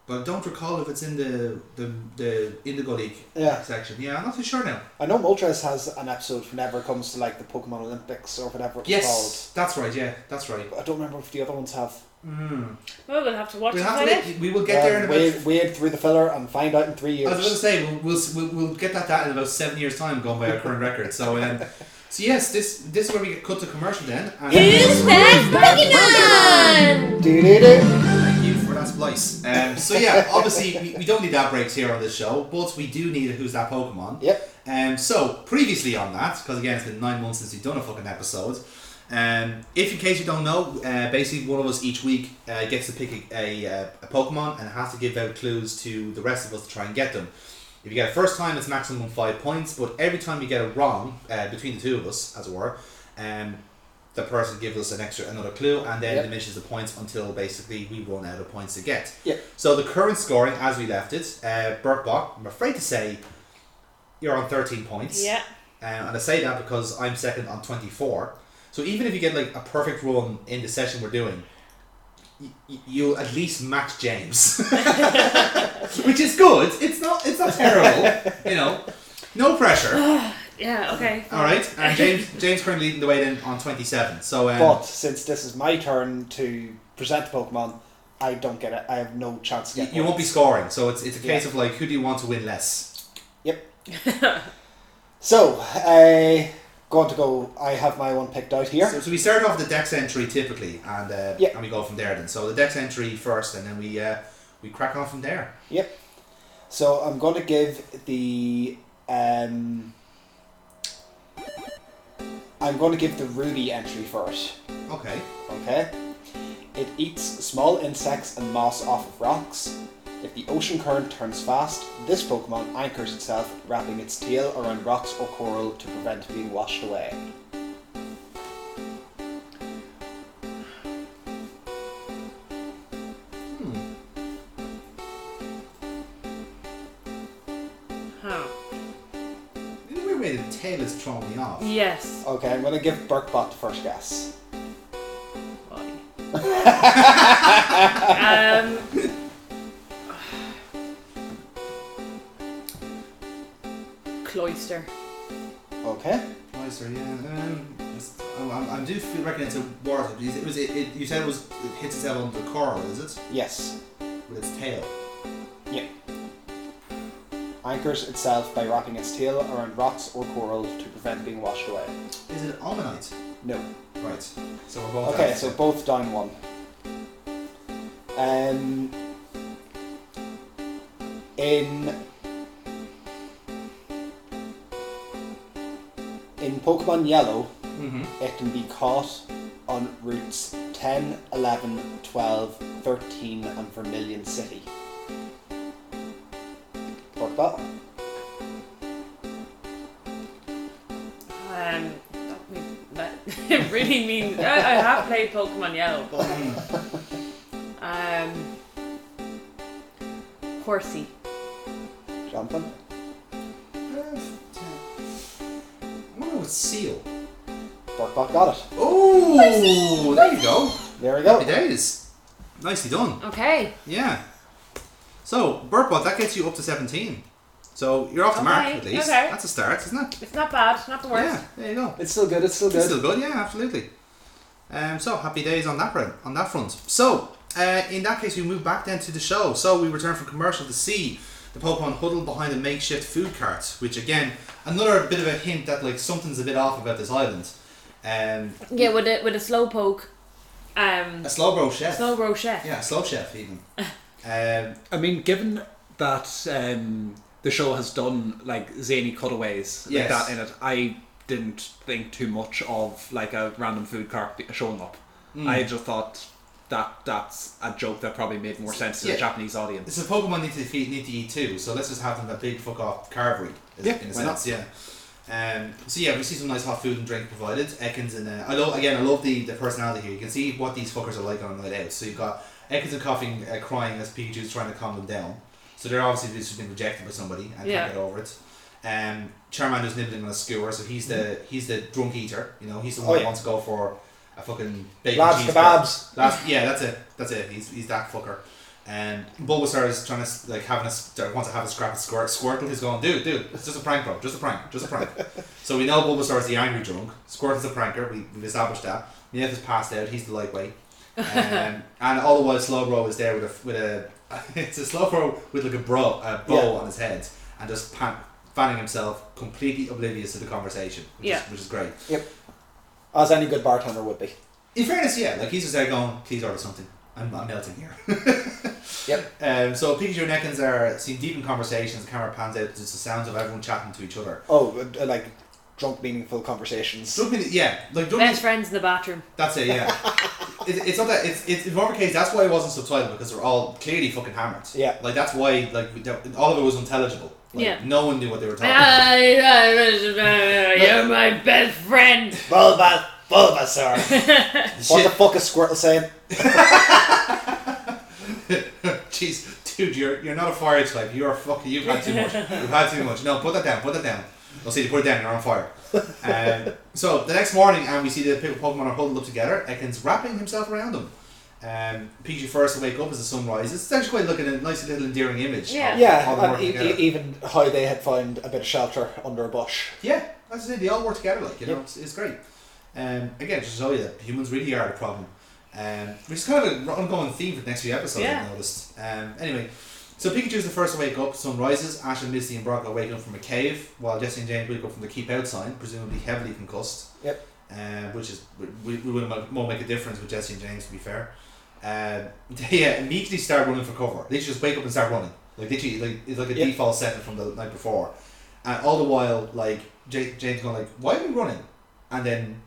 S1: But I don't recall if it's in the the, the Indigo League
S3: Yeah.
S1: section. Yeah, I'm not too sure now.
S3: I know Moltres has an episode whenever it comes to like the Pokemon Olympics or whatever it's
S1: Yes, that's right. Yeah, that's right.
S3: called. But I don't remember if the other ones have.
S1: Mm.
S2: Well, we'll have to watch
S1: We'll
S2: it.
S1: have to.
S2: find out.
S1: Make, we will get there in about
S3: wade, wade through the filler and find out in three
S1: I was going to
S3: years.
S1: say we'll, we'll, we'll, we'll get that data in about seven years' time, going by our current record. So, um, so yes, this this is where we get cut to commercial then. And
S2: Who's that Pokemon?
S3: Do do do.
S1: Thank you for that splice. Um, so yeah, obviously we, we don't need ad breaks here on this show, but we do need a Who's That Pokemon.
S3: Yep.
S1: Um, so previously on that, because again it's been nine months since we've done a fucking episode. Um, if in case you don't know, uh, basically one of us each week uh, gets to pick a, a, uh, a Pokemon and has to give out clues to the rest of us to try and get them. If you get it first time, it's maximum five points, but every time you get it wrong uh, between the two of us, as it were, um, the person gives us an extra another clue and then
S3: Yep.
S1: diminishes the points until basically we run out of points to get.
S3: Yep.
S1: So the current scoring as we left it, uh, Burkbot, I'm afraid to say you're on 13 points.
S2: Yeah.
S1: Um, and I say that because I'm second on 24. So even if you get like a perfect run in the session we're doing, y- y- you'll at least match James, which is good. It's not. It's not terrible. You know, no pressure.
S2: Yeah. Okay.
S1: All right. And James James currently leading the way then on 27. So um,
S3: But since this is my turn to present the Pokemon, I don't get it. I have no chance to
S1: y-
S3: get.
S1: you won't be
S3: points.
S1: scoring. So it's it's a case
S3: Yeah.
S1: of like who do you want to win less?
S3: So, uh, going to go. I have my one picked out here.
S1: So, so we start off with the dex entry typically, and uh,
S3: Yeah.
S1: and we go from there. Then so the dex entry first, and then we uh, we crack on from there.
S3: Yep. So I'm going to give the. Um, I'm going to give the Ruby entry first.
S1: Okay.
S3: Okay? It eats small insects and moss off of rocks. If the ocean current turns fast, this Pokemon anchors itself, wrapping its tail around rocks or coral to prevent being washed away.
S2: Huh.
S1: In a weird way, the tail is throwing me off.
S2: Yes.
S3: Okay, I'm going to give Burkbot the first guess.
S2: Why? um. Cloister.
S3: Okay?
S1: Oh, sorry, yeah. Um, it's- oh, I'm, I'm due feel reckon it's a water. It was, it, was- it, it, you said it was it hits itself on the coral, is it?
S3: Yes.
S1: With its tail.
S3: Yeah. Anchors itself by wrapping its tail around rocks or coral to prevent being washed away.
S1: Is it almanite?
S3: No.
S1: Right. So we're both.
S3: Okay,
S1: out.
S3: so both down one. Um, in in Pokemon Yellow,
S1: Mhm.
S3: it can be caught on routes 10, 11, 12, 13, and Vermilion City. Work that?
S2: Um. That, means, that it really means I, I have played Pokemon Yellow, but um. Horsey.
S3: Jonathan?
S1: Uh, I'm gonna go with seal.
S3: Burkbot got it.
S1: Oh, there you go.
S3: There we
S1: Happy
S3: go.
S1: days. Nicely done.
S2: Okay.
S1: Yeah. So, Burpot, that gets you up to 17. So, you're off the mark,
S2: Okay,
S1: at least.
S2: okay.
S1: That's a start, isn't it?
S2: It's not bad. Not the worst.
S1: Yeah, there you go.
S3: It's still good. It's still good.
S1: It's still good, yeah, absolutely. Um, so happy days on that front. On that front. So uh, in that case, we move back then to the show. So we return from commercial to see the Pokemon huddled behind a makeshift food cart, which again another bit of a hint that like something's a bit off about this island. Um,
S2: Yeah, with a with a slow poke, um,
S1: a slow bro chef.
S2: slow row chef.
S1: yeah, slow chef even. um,
S4: I mean, given that um, the show has done like zany cutaways
S1: Yes.
S4: like that in it, I didn't think too much of like a random food cart be- showing up.
S1: Hmm.
S4: I just thought that that's a joke that probably made more sense to
S1: Yeah.
S4: the Japanese audience.
S1: it's a Pokemon need to feed, need to eat too. So let's just have them that big fuck off carvery. is-
S4: Yeah,
S1: in a
S4: why not?
S1: sense, yeah. Um, so yeah, we see some nice hot food and drink provided. Ekans and uh, I love again. I love the, the personality here. You can see what these fuckers are like on a night out. So you've got Ekans and coughing, uh, crying as Pikachu's trying to calm them down. So they're obviously they've just been rejected by somebody and
S2: Yeah.
S1: can't get over it. Um, Charmander's nibbling on a skewer, so he's the he's the drunk eater. You know, he's the one
S3: Oh,
S1: that
S3: yeah.
S1: wants to go for a fucking bacon
S3: Labs
S1: cheeseburger.
S3: kebabs.
S1: That's yeah, that's it. That's it. He's, he's that fucker. And Bulbasaur is trying to like having a s- or wants to have a scrap with Squirt. Squirtle is going, dude, dude, it's just a prank, bro, just a prank, just a prank. so we know Bulbasaur is the angry drunk. Squirtle's a pranker. We, we've established that. Mief is passed out. He's the lightweight. Um, and all the while Slowbro is there with a with a it's a Slowbro with like a bro a bow
S3: Yeah.
S1: on his head and just pan, fanning himself completely oblivious to the conversation, which
S2: Yeah.
S1: is which is great.
S3: As any good bartender would be.
S1: In fairness, yeah, like he's just there going, please order something. I'm, I'm melting here.
S3: Yep.
S1: Um, so Pikachu and Ekans are seem deep in conversations. The camera pans out to just the sounds of everyone chatting to each other.
S3: Oh, uh, like drunk, meaningful conversations.
S1: Something, yeah, like don't
S2: Best friends in the bathroom.
S1: that's it. Yeah, it, it's not that it's it's in whatever case that's why it wasn't subtitled because they're all clearly fucking hammered.
S3: Yeah.
S1: like that's why like we don't- all of it was intelligible. Like,
S2: Yeah.
S1: no one knew what they were talking. about.
S2: I- You're my best friend.
S3: Bulba, Bulbasaur. what the
S1: Shit.
S3: fuck is Squirtle saying?
S1: Jeez, dude, you're you're not a fire type. You're fucking. You've had too much. You've had too much. No, put that down. Put that down. I'll see you put it down. You're on fire. Um, so the next morning, and we see the people Pokemon are huddled up together. Ekans wrapping himself around them. Um, Pikachu first to wake up as the sun rises. It's actually quite looking a nice little endearing image.
S2: Yeah.
S1: of all of them
S3: Yeah, and
S1: working
S3: e-
S1: together.
S3: e- even how they had found a bit of shelter under a bush.
S1: yeah, that's it. They all work together. Like you know,
S3: Yep.
S1: it's, it's great. Um, again, just to show you that humans really are the problem. Um, which is kind of an ongoing theme for the next few episodes.
S2: Yeah.
S1: I've noticed. Um, anyway, so Pikachu's the first to wake up. Sun rises. Ash and Misty and Brock are waking up from a cave, while Jesse and James wake up from the keep out sign, presumably heavily concussed.
S3: Yep.
S1: Um, which is we, we wouldn't more make a difference with Jesse and James to be fair. Um, they uh, immediately start running for cover. They just wake up and start running. Like literally, like it's like a
S3: Yep.
S1: default setting from the night before. And all the while, like J- James going like, "Why are we running?" And then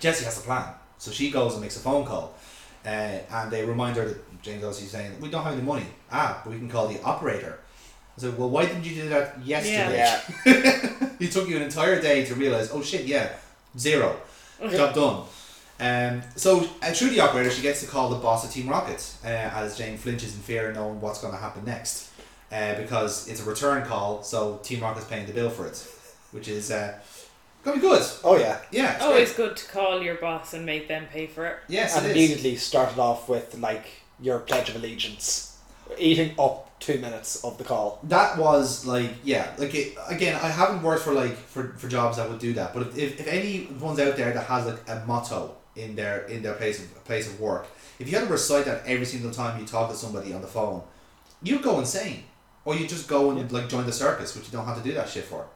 S1: Jesse has a plan, so she goes and makes a phone call, uh, and they remind her that James obviously saying, "We don't have any money. Ah, but we can call the operator." I said, "Well, why didn't you do that yesterday?
S3: Yeah.
S1: it took you an entire day to realize. Oh shit, yeah, zero, job done." Um, so uh, through the operator, she gets to call the boss of Team Rocket uh, as Jane flinches in fear, knowing what's going to happen next, uh, because it's a return call, so Team Rocket's paying the bill for it, which is uh, gonna be good.
S3: Oh yeah,
S1: Yeah. it's great.
S2: Always good to call your boss and make them pay for it.
S1: Yes,
S3: and
S1: it is.
S3: immediately started off with like your pledge of allegiance, eating up two minutes of the call.
S1: That was like yeah, like it, again, I haven't worked for like for, for jobs that would do that. But if, if, if anyone's out there that has like a motto in their in their place of place of work, if you had to recite that every single time you talk to somebody on the phone, you'd go insane, or you just go and like join the circus, which you don't have to do that shit for.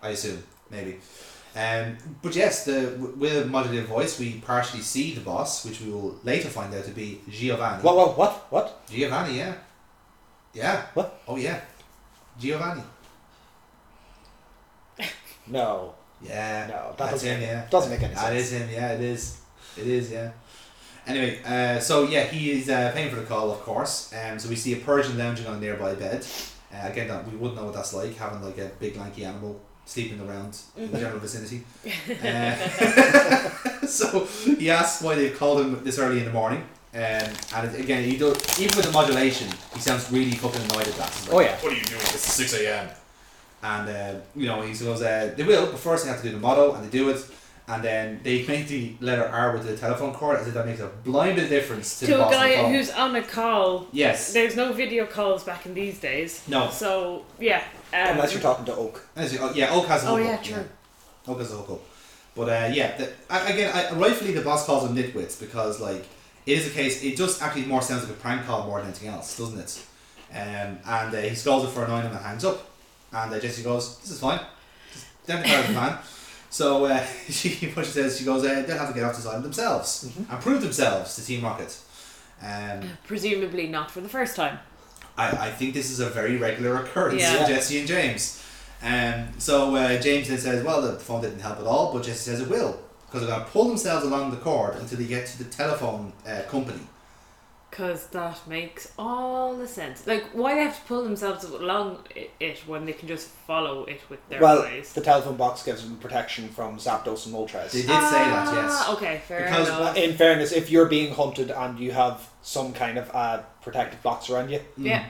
S1: I assume maybe. Um, but yes, the w- with a modulated voice, we partially see the boss, which we will later find out to be Giovanni.
S3: What? What? What? What?
S1: Giovanni, yeah. Yeah.
S3: What?
S1: Oh, yeah. Giovanni.
S3: No,
S1: Yeah.
S3: no, that
S1: That's
S3: doesn't,
S1: him, yeah.
S3: doesn't make any sense.
S1: That is him, yeah, it is. It is, yeah. Anyway, uh, so yeah, he is uh, paying for the call, of course. Um, so we see a Persian lounging on a nearby bed. Uh, again, that we wouldn't know what that's like, having like a big lanky animal sleeping around in the general vicinity. Uh, so he asks why they called him this early in the morning. Um, and it- again, he does, even with the modulation, he sounds really fucking annoyed at that. He's like,
S4: Oh, yeah.
S1: What are you doing? It's 6 a.m. And, uh, you know, he goes, uh, they will, but first they have to do the motto, and they do it. and then they make the letter R with the telephone cord as if that makes a blind bit of difference to, the
S2: to a
S1: Boston
S2: guy
S1: call.
S2: who's on a call.
S1: Yes.
S2: There's no video calls back in these days.
S1: No.
S2: So yeah. Um,
S3: Unless you're talking to Oak.
S1: As you- oh, yeah, Oak has a
S2: Oh
S1: local.
S2: yeah, true.
S1: Oak has a local. But uh, yeah, the, I, again, I, rightfully the boss calls them nitwits because like it is a case. It just actually more sounds like a prank call more than anything else, doesn't it? Um, and uh, he scolds it for annoying him and hangs up. And uh, Jesse goes, "This is fine. Just definitely part of the plan." So uh, she, what she says, she goes, uh, "They'll have to get off this island themselves
S2: Mm-hmm.
S1: and prove themselves to Team Rocket."
S2: Oh,
S1: Um,
S2: Presumably not for the first time.
S1: I, I think this is a very regular occurrence
S2: Yeah.
S1: with Jesse and James. Um, so uh, James then says, well, the phone didn't help at all, but Jesse says it will. Because they're going to pull themselves along the cord until they get to the telephone uh, company.
S2: Because that makes all the sense. Like, why they have to pull themselves along i- it when they can just follow it with their
S3: well,
S2: eyes?
S3: the telephone box gives them protection from Zapdos and Moltres.
S1: They did say that, yes.
S2: Ah, Okay, fair
S1: Because
S2: enough.
S3: In fairness, if you're being hunted and you have some kind of uh, protective box around you,
S2: yeah.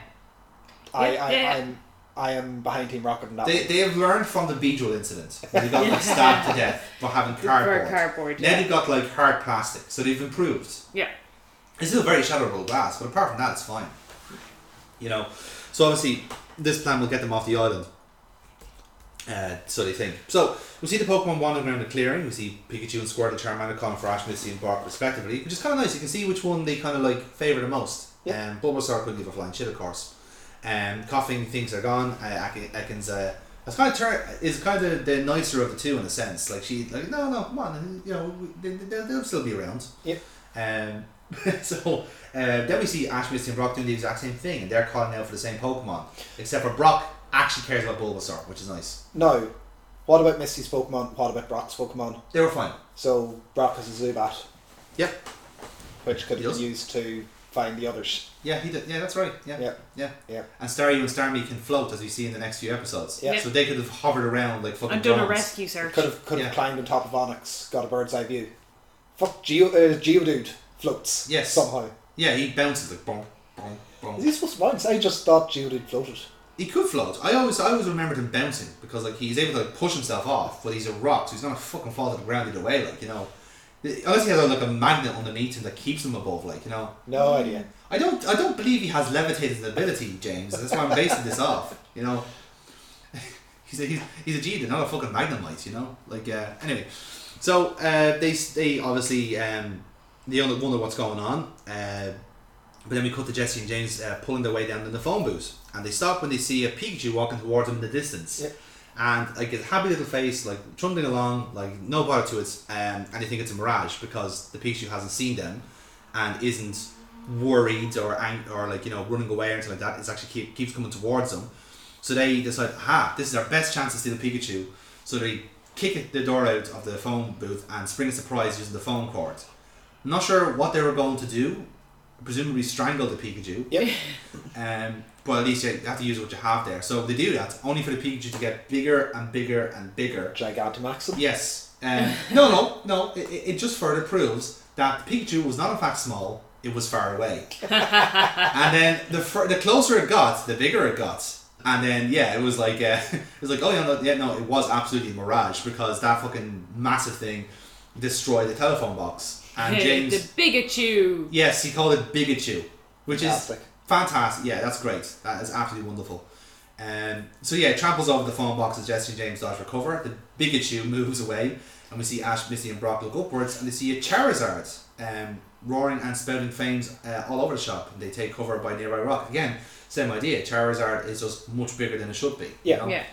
S3: I,
S2: Yeah,
S3: I,
S2: yeah.
S3: I'm, I am behind Team Rocket and that.
S1: They,
S3: one.
S1: they have learned from the Beedrill incident when he got like, stabbed to death for having cardboard.
S2: For cardboard.
S1: Now
S2: Yeah.
S1: they've got like hard plastic, so they've improved.
S2: yeah.
S1: It's still very shatterable glass, but apart from that, it's fine. You know, so obviously this plan will get them off the island. Uh, so they think. So we see the Pokemon wandering around the clearing. We see Pikachu and Squirtle, Charmander, Conifrash, Misty, and Bark respectively, which is kind of nice. You can see which one they kind of like favour the most.
S3: Yeah.
S1: Um, Bulbasaur couldn't give a flying shit, of course. Um, coughing things are gone. Uh, Ek- Ekans uh, is kind of ter- is kind of the nicer of the two in a sense. Like she like no no come on you know we- they, they, they'll still be around.
S3: Yep.
S1: Um, so uh, then we see Ash, Misty, and Brock doing the exact same thing, and they're calling out for the same Pokemon, except for Brock actually cares about Bulbasaur, which is nice.
S3: No. What about Misty's Pokemon? What about Brock's Pokemon?
S1: They were fine.
S3: So Brock is a Zubat,
S1: Yep.
S3: which could
S1: Yes.
S3: be used to find the others.
S1: Yeah, he did. Yeah, that's right. Yeah.
S3: Yeah.
S1: Yeah.
S3: Yeah.
S1: And Staryu and Starmie can float, as we see in the next few episodes.
S3: Yeah.
S1: So they could have hovered around like fucking.
S2: I've done a
S1: drones.
S2: rescue search.
S3: Could have could have
S1: Yeah.
S3: climbed on top of Onyx, got a bird's eye view. Fuck Geo uh, Geodude floats.
S1: Yes.
S3: Somehow.
S1: Yeah, he bounces like boom, boom,
S3: Is
S1: boom.
S3: he supposed to bounce? I just thought Geodude floated.
S1: He could float. I always, I always remembered him bouncing because like he's able to like, push himself off, but he's a rock, so he's not gonna fucking fall to the ground either way. Like you know, unless he has like a magnet underneath him that keeps him above. Like you know.
S3: No
S2: Hmm.
S3: idea.
S1: I don't I don't believe he has levitated ability, James. That's why I'm basing this off. You know, he's a, he's, he's a G, not a fucking Magnemite. You know, like uh, anyway. So uh, they they obviously um, they only wonder what's going on. Uh, but then we cut to Jesse and James uh, pulling their way down to the phone booth, and they stop when they see a Pikachu walking towards them in the distance.
S3: Yeah.
S1: And like a happy little face, like trundling along, like no bother to it, um, and they think it's a mirage because the Pikachu hasn't seen them, and isn't worried or ang- or like you know running away or anything like that. It's actually keep- keeps coming towards them. So they decide, ha, this is our best chance to steal Pikachu. So they kick it- the door out of the phone booth and spring a surprise using the phone cord. Not sure what they were going to do. Presumably strangle the Pikachu.
S3: Yep.
S1: Um, but at least you have to use what you have there. So they do that only for the Pikachu to get bigger and bigger and bigger.
S3: Gigantamax.
S1: Yes. Um, no, no, no. It, it it just further proves that Pikachu was not in fact small. It was far away. and then the fur- the closer it got, the bigger it got. And then yeah, it was like uh, it was like oh yeah no, yeah no it was absolutely a mirage because that fucking massive thing destroyed the telephone box and
S2: Hey,
S1: James
S2: the Bigachu.
S1: yes he called it Bigachu, which is
S3: Fantastic.
S1: Fantastic. Yeah, that's great. That is absolutely wonderful. Um, so yeah, it tramples over the phone box as Jesse and James dodge recover. The Bigachu moves away, and we see Ash, Misty, and Brock look upwards, and they see a Charizard um, roaring and spouting flames uh, all over the shop. And they take cover by nearby rock. Again, same idea. Charizard is just much bigger than it should be. you
S3: Yeah.
S1: know?
S2: Yeah.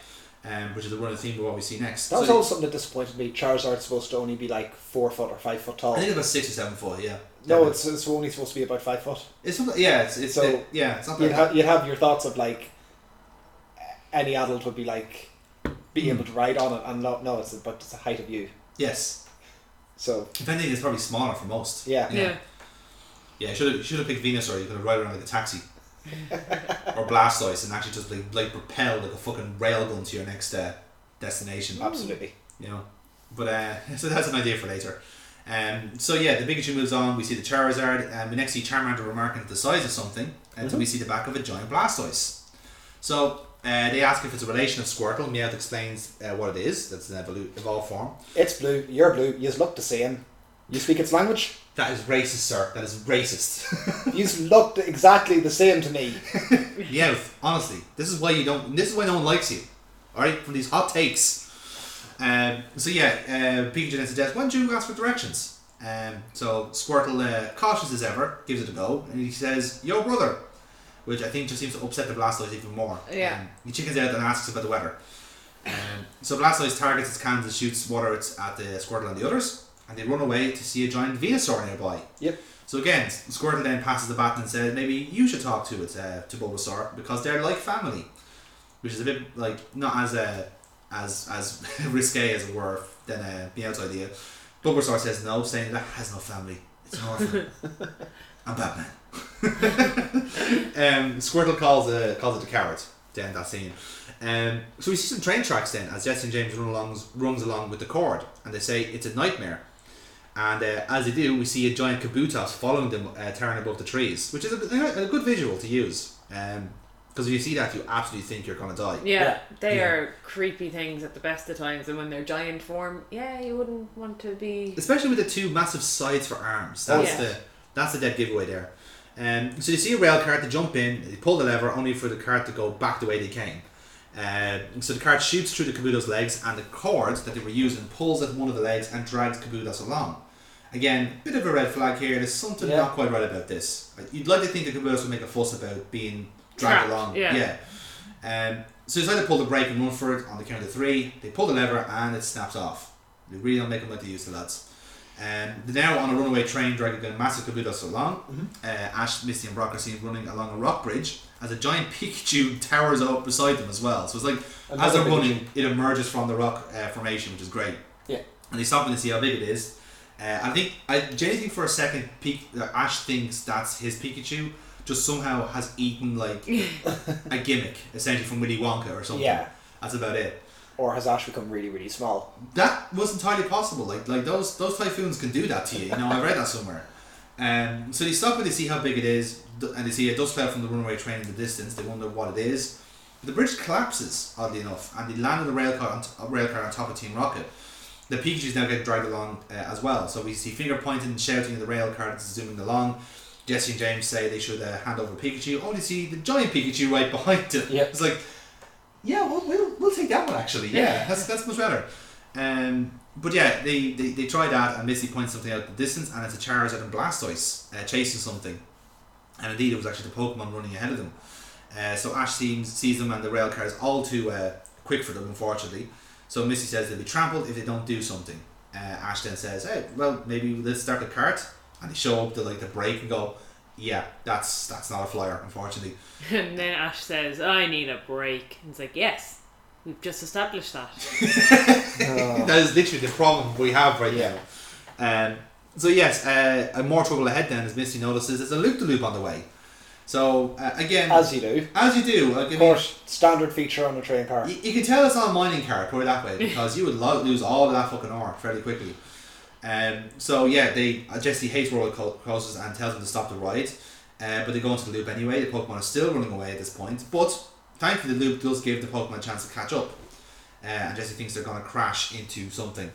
S1: Um, which is the running theme of what we see next.
S3: That was
S1: So
S3: always something that disappointed me. Charizard's supposed to only be like four foot or five foot tall.
S1: I think it's about six or seven foot. Yeah.
S3: No, it's, it's only supposed to be about five foot.
S1: it's something- yeah, it's, it's
S3: So-
S1: yeah, it's not
S3: You'd,
S1: that-
S3: ha- you'd have your thoughts of like any adult would be like being able to ride on it, and no, no, it's about the height of you.
S1: yes.
S3: So
S1: If anything, it's probably smaller for most.
S3: yeah,
S1: Yeah. Yeah, should have should have picked Venusaur. You could have ride around like a taxi, or Blastoise, and actually just like like propel like a fucking railgun to your next uh, destination.
S3: absolutely.
S1: You know, but uh, so that's an idea for later. Um, so yeah, the Pikachu moves on. We see the Charizard. Um, we next see Charmander remarking the size of something, and so we see the back of a giant Blastoise. So Uh, they ask if it's a relation of Squirtle. Meowth explains uh, what it is. That's an evolu- evolved form.
S3: It's blue, you're blue, you look the same. You speak its language,
S1: That is racist, sir. That is racist.
S3: you looked exactly the same to me.
S1: Meowth, honestly, this is why you don't. This is why no one likes you. All right, from these hot takes. Um, so yeah, uh, Pikachu then suggests, "Why don't you ask for directions?" Um, so Squirtle, uh, cautious as ever, gives it a go, and he says, "Yo, brother," which I think just seems to upset the Blastoise even more.
S2: Yeah.
S1: Um, he chickens out and asks about the weather. Um, so Blastoise targets its cans and shoots water at at the Squirtle and the others, and they run away to see a giant Venusaur nearby.
S3: Yep.
S1: So again, Squirtle then passes the baton and says, "Maybe you should talk to it uh, to Bulbasaur because they're like family," which is a bit like not as uh, as as risque as it were than uh, Meowth's idea. Bulbasaur says no, saying that has no family. It's an orphan. I'm Batman. um, Squirtle calls uh, calls it a coward. Then that scene. Um, so we see some train tracks then as Jesse and James run along runs along with the cord, and they say it's a nightmare. And uh, as they do, we see a giant Kabutops following them, uh, tearing above the trees, which is a, a good visual to use. Because if you see that, you absolutely think you're going to die.
S2: Yeah,
S3: Yeah.
S2: they
S1: Yeah.
S2: are creepy things at the best of times, and when they're giant form, yeah, you wouldn't want to be.
S1: Especially with the two massive sides for arms. That's
S2: Yeah.
S1: the that's the dead giveaway there. Um, so you see a rail cart to jump in, they pull the lever, only for the cart to go back the way they came. Uh, so the cart shoots through the Kabuto's legs, and the cord that they were using pulls at one of the legs and drags Kabuto's along. Again, bit of a red flag here. There's something
S3: Yeah.
S1: not quite right about this. Like, You'd like to think the Kabuto's would make a fuss about being dragged
S2: Trapped,
S1: along.
S2: yeah.
S1: Um, so they decide to pull the brake and run for it on the count of three. They pull the lever and it snaps off. They really don't make them like they used to, lads. Um, they're now on a runaway train dragging the massive Kabutos along. Uh, Ash, Misty, and Brock are seen running along a rock bridge as a giant Pikachu towers up beside them as well. So it's like as
S3: Another
S1: they're
S3: Pikachu.
S1: running, it emerges from the rock uh, formation, which is great.
S3: Yeah.
S1: And they stop and they see how big it is. Uh, I think I Jenny think for a second, Pik- uh, Ash thinks that's his Pikachu. Just somehow has eaten like a gimmick, essentially from Willy Wonka or something.
S3: Yeah.
S1: That's about it.
S3: Or has Ash become really, really small?
S1: That was entirely possible. Like like those those typhoons can do that to you. You know, I read that somewhere. Um, so they stop and they see how big it is, th- and they see a dust cloud from the runaway train in the distance. They wonder what it is. The bridge collapses, oddly enough, and they land on the rail car on, t- uh, rail car on top of Team Rocket. The Pikachu's now get dragged along uh, as well. So we see finger pointing and shouting at the rail car that's zooming along. Jesse and James say they should uh, hand over Pikachu. Only see the giant Pikachu right behind it.
S3: Yep.
S1: It's like, yeah, we'll, we'll, we'll take that one actually. Yeah, that's, that's much better. Um, but yeah, they, they, they try that and Missy points something out at the distance, and it's a Charizard and Blastoise uh, chasing something. And indeed, it was actually the Pokemon running ahead of them. Uh, so Ash seems, sees them, and the rail car is all too uh, quick for them, unfortunately. So Missy says they'll be trampled if they don't do something. Uh, Ash then says, "Hey, well, maybe let's start the cart." And they show up to like the break and go, "Yeah, that's that's not a flyer, unfortunately."
S2: and then Ash says, "I need a break," and it's like, "Yes, we've just established that."
S1: that is literally the problem we have right
S3: Uh, Yeah.
S1: now. Um, so yes, uh, uh, more trouble ahead then as Misty notices there's a loop to loop on the way. So uh, again, as,
S3: As you do.
S1: you do, like, I
S3: Of
S1: mean,
S3: course, standard feature on a train car.
S1: you, you can tell it's not a mining cart, put it that way, because you would lo- lose all of that fucking ore fairly quickly. Um, so yeah, they uh, Jesse hates roller co- coasters and tells them to stop the ride, uh, but they go into the loop anyway. The Pokemon are still running away at this point, but thankfully the loop does give the Pokemon a chance to catch up, uh, and Jesse thinks they're gonna crash into something.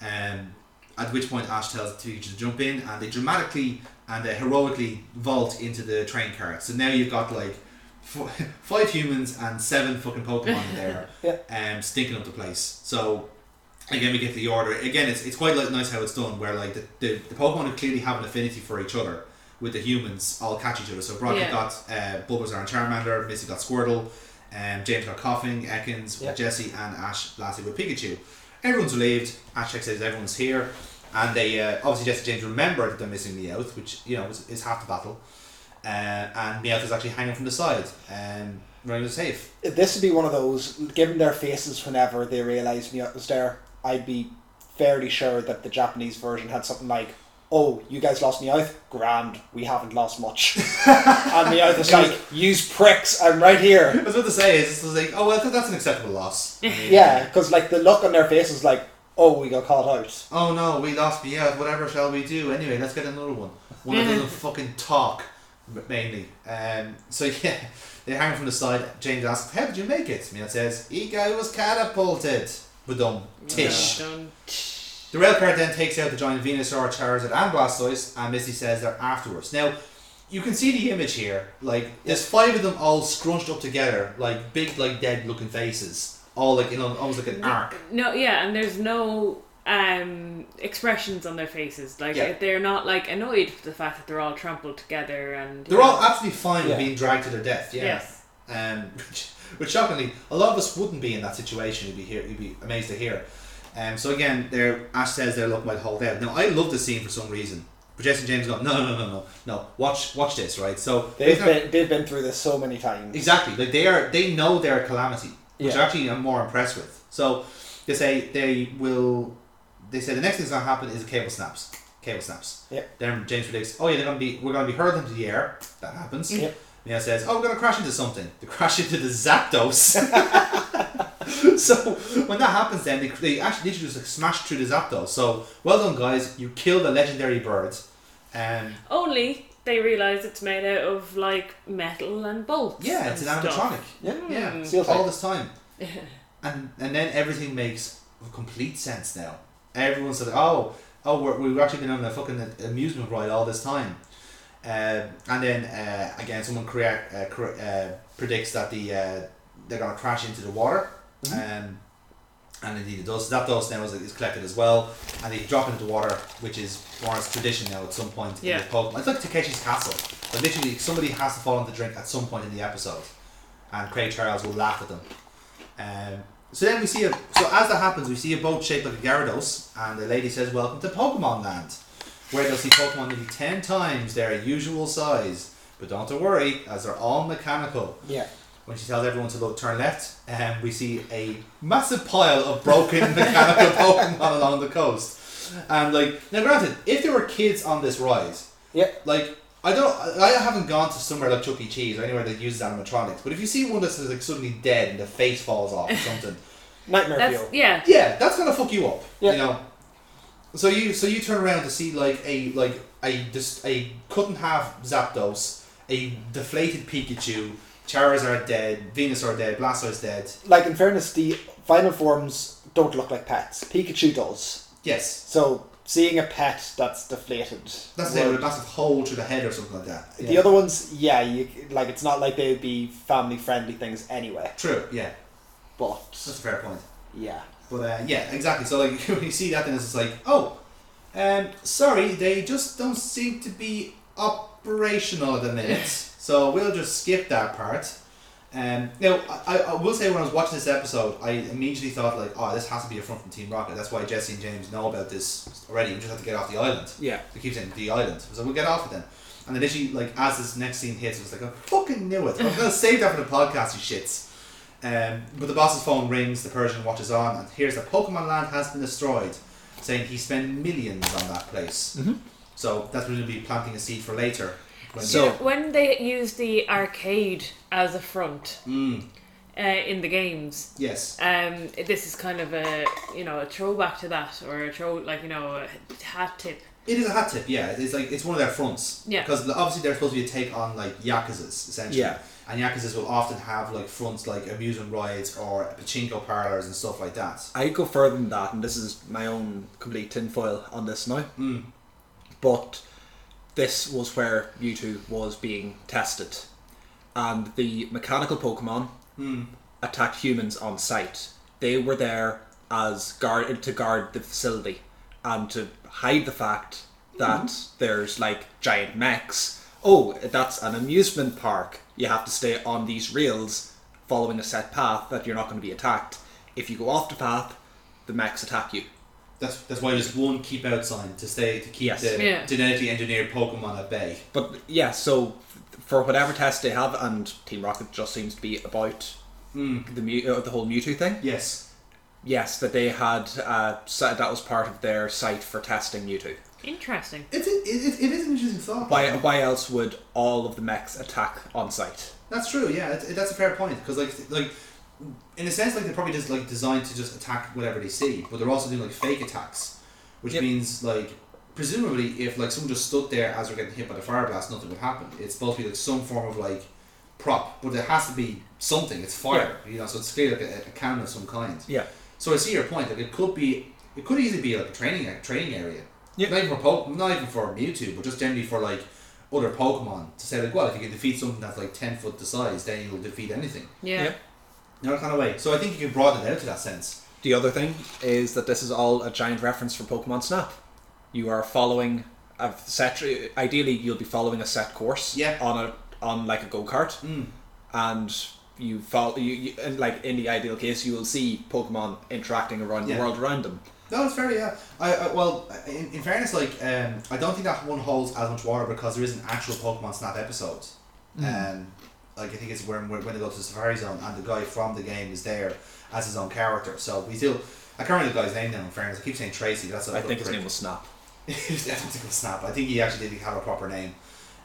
S1: Um, at which point Ash tells Pikachu to jump in, and they dramatically and uh, heroically vault into the train cart. So now you've got like f- five humans and seven fucking Pokemon in there, um, stinking up the place. So again, we get the order. Again, it's, it's quite like nice how it's done, where like the, the, the Pokemon who clearly have an affinity for each other with the humans all catch each other. So Brock
S2: Yeah.
S1: got uh, Bulbasaur and Charmander, Missy got Squirtle, um, James got Coughing, Ekans
S3: Yeah.
S1: with Jesse, and Ash lastly with Pikachu. Everyone's relieved. Ash checks says everyone's here. And they uh, obviously Jesse and James remember that they're missing Meowth, which you know is, is half the battle. Uh, and Meowth is actually hanging from the side, um, running the safe.
S3: This would be one of those, given their faces whenever they realised Mewtwo was there, I'd be fairly sure that the Japanese version had something like, Oh, you guys lost Meowth? Grand, we haven't lost much. and Meowth was like, Use pricks, I'm right
S1: I
S3: here.
S1: was about to say is it's like, oh well, th- that's an acceptable loss. I mean,
S3: Yeah, because like the look on their face was like, Oh, we got caught out.
S1: Oh no, we lost Meowth. Whatever shall we do? Anyway, let's get another one. One that doesn't fucking talk. m- mainly. Um, so yeah, they hang from the side. James asks, "How did you make it?" Mina says, "Ego was catapulted." Badum. Tish.
S2: Done.
S1: The railcar then takes out the giant Venusaur, Charizard, and Blastoise, and Misty says they're afterwards. Now, you can see the image here. Like, there's five of them all scrunched up together, like big, like dead looking faces, all like in al- almost like an arc.
S2: No, yeah, and there's no um, expressions on their faces. Like
S1: Yeah.
S2: they're not like annoyed with the fact that they're all trampled together and
S1: They're all absolutely fine with
S3: Yeah.
S1: being dragged to their death. Yeah.
S2: yes.
S1: Um, which, which shockingly, a lot of us wouldn't be in that situation. You'd be here. You'd be amazed to hear. Um, so again, there Ash says their luck might hold out. Now I love this scene for some reason. But Jason James gone. No, no, no, no, no, no. Watch, watch this. Right. So
S3: They've
S1: not-
S3: been, they've been through this so many times.
S1: Exactly. Like they are they know they're a calamity, which
S3: Yeah.
S1: actually I'm more impressed with. So they say they will they say the next thing's gonna happen is cable snaps. Cable snaps.
S3: Yeah.
S1: Then James predicts, Oh yeah, they're gonna be we're gonna be hurled into the air. That happens.
S3: Yeah.
S1: Mia says, Oh we're gonna crash into something. They crash into the Zapdos. so when that happens then they, they actually literally just like smash through the Zapdos. So well done guys, you killed a legendary bird. Um
S2: Only they realise it's made out of like metal and bolts.
S1: yeah, it's an
S2: and stuff.
S1: animatronic.
S3: Yeah.
S1: Yeah,
S3: Seal
S1: all
S3: tight.
S1: this time. and and then everything makes complete sense now. Everyone said, "Oh, oh, we're, we've actually been on a fucking amusement ride all this time," uh, and then uh, again, someone crea- uh, cre- uh, predicts that the uh, they're gonna crash into the water, um, and indeed it does. That does now is, is collected as well, and they drop into the water, which is more as tradition now at some point
S2: Yeah.
S1: in the Pokemon. It's like Takeshi's Castle, but literally somebody has to fall into drink at some point in the episode, and Craig Charles will laugh at them. Um, so then we see a so as that happens, we see a boat shaped like a Gyarados, and the lady says, "Welcome to Pokemon Land," where they'll see Pokemon nearly ten times their usual size. But don't to worry, as they're all mechanical.
S3: Yeah.
S1: When she tells everyone to look turn left, um, we see a massive pile of broken mechanical Pokemon along the coast. And like now, granted, if there were kids on this ride,
S3: Yeah.
S1: like I don't I I haven't gone to somewhere like Chuck E. Cheese or anywhere that uses animatronics, but if you see one that's like suddenly dead and the face falls off or something,
S3: Nightmare
S2: That's
S3: fuel.
S2: yeah.
S1: yeah, that's gonna fuck you up.
S3: Yeah.
S1: You know. So you so you turn around to see like a like a just a cut in half Zapdos, a deflated Pikachu, Charizard dead, Venusaur dead, Blastoise dead.
S3: Like, in fairness, the final forms don't look like pets. Pikachu does.
S1: Yes.
S3: So, seeing a pet that's deflated.
S1: That's
S3: would-
S1: it, with a massive hole through the head or something like that.
S3: The other ones, yeah, you like it's not like they'd be family friendly things anyway.
S1: True, yeah. That's
S3: But
S1: a fair point.
S3: yeah,
S1: But uh, yeah, exactly. So like when you see that, then it's just like, oh, um, sorry, they just don't seem to be operational at the minute. so we'll just skip that part. Um, now I, I- I will say when I was watching this episode, I immediately thought like, oh, this has to be a front from Team Rocket. That's why Jesse and James know about this already. We just have to get off the island.
S4: Yeah.
S1: They keep saying the island. So we'll get off it then. And then literally, like, as this next scene hits, it was like, I fucking knew it. I'm going to save that for the podcast, you shits. Um, but the boss's phone rings, the Persian watches on, and hears that Pokemon Land has been destroyed, saying he spent millions on that place. Mm-hmm. So that's what we'll be planting a seed for later. When
S4: So-
S2: When they use the arcade as a front
S1: Mm,
S2: uh, in the games,
S1: yes.
S2: um, this is kind of a you know a throwback to that or a throw like you know a hat tip.
S1: It is a hat tip, yeah. It's like it's one of their fronts.
S2: Yeah.
S1: Because obviously they're supposed to be a take on like yakuza's essentially.
S4: Yeah.
S1: And yakuza's will often have like fronts like amusement rides or pachinko parlors and stuff like that.
S4: I go further than that, and this is my own complete tinfoil on this now.
S1: Mm.
S4: But this was where Mewtwo was being tested, and the mechanical Pokemon attacked humans on sight. They were there as guard to guard the facility and to hide the fact that there's like giant mechs. Oh, that's an amusement park. You have to stay on these rails, following a set path that you're not going to be attacked. If you go off the path, the mechs attack you.
S1: That's that's why there's one keep out sign to stay to keep
S4: Yes.
S1: the
S2: Yeah.
S1: genetically engineered Pokemon at bay.
S4: But yeah, so for whatever test they have, and Team Rocket just seems to be about the Mew- uh, the whole Mewtwo thing.
S1: Yes.
S4: Yes, that they had uh, si- that was part of their site for testing Mewtwo.
S2: Interesting.
S1: It's it, it, it is an interesting thought.
S4: Why why else would all of the mechs attack on site?
S1: That's true. Yeah, it, it- that's a fair point because like like in a sense like they're probably just like designed to just attack whatever they see, but they're also doing like fake attacks, which
S4: Yep.
S1: means like presumably, if like someone just stood there as they're getting hit by the fire blast, nothing would happen. It's supposed to be like some form of like prop, but it has to be something. It's fire, you know. So it's clearly like a, a cannon of some kind.
S4: Yeah.
S1: So I see your point. Like it could be, it could easily be like a training, a training area.
S4: Yeah.
S1: Not even for po- not even for Mewtwo, but just generally for like other Pokemon to say like, well, if you can defeat something that's like ten foot the size, then you'll defeat anything.
S2: Yeah.
S4: Yeah.
S1: You know, that kind of way. So I think you can broaden it out to that sense.
S4: The other thing is that this is all a giant reference for Pokemon Snap. You are following a set. Ideally, you'll be following a set course.
S1: Yeah. Mm.
S4: On a on like a go kart, and you follow you, you and like in the ideal case, you will see Pokemon interacting around
S1: Yeah.
S4: the world around them.
S1: No, it's fair, yeah. I, I well, in, in fairness, like um, I don't think that one holds as much water because there is an actual Pokemon Snap episode.
S4: Hmm.
S1: Um, like I think it's when when when they go to the Safari Zone and the guy from the game is there as his own character. So we still. I can't remember the guy's name now. In fairness, I keep saying Tracy. but That's a
S4: I think his
S1: prick.
S4: name was Snap.
S1: It was definitely called Snap. I think he actually did have a proper name.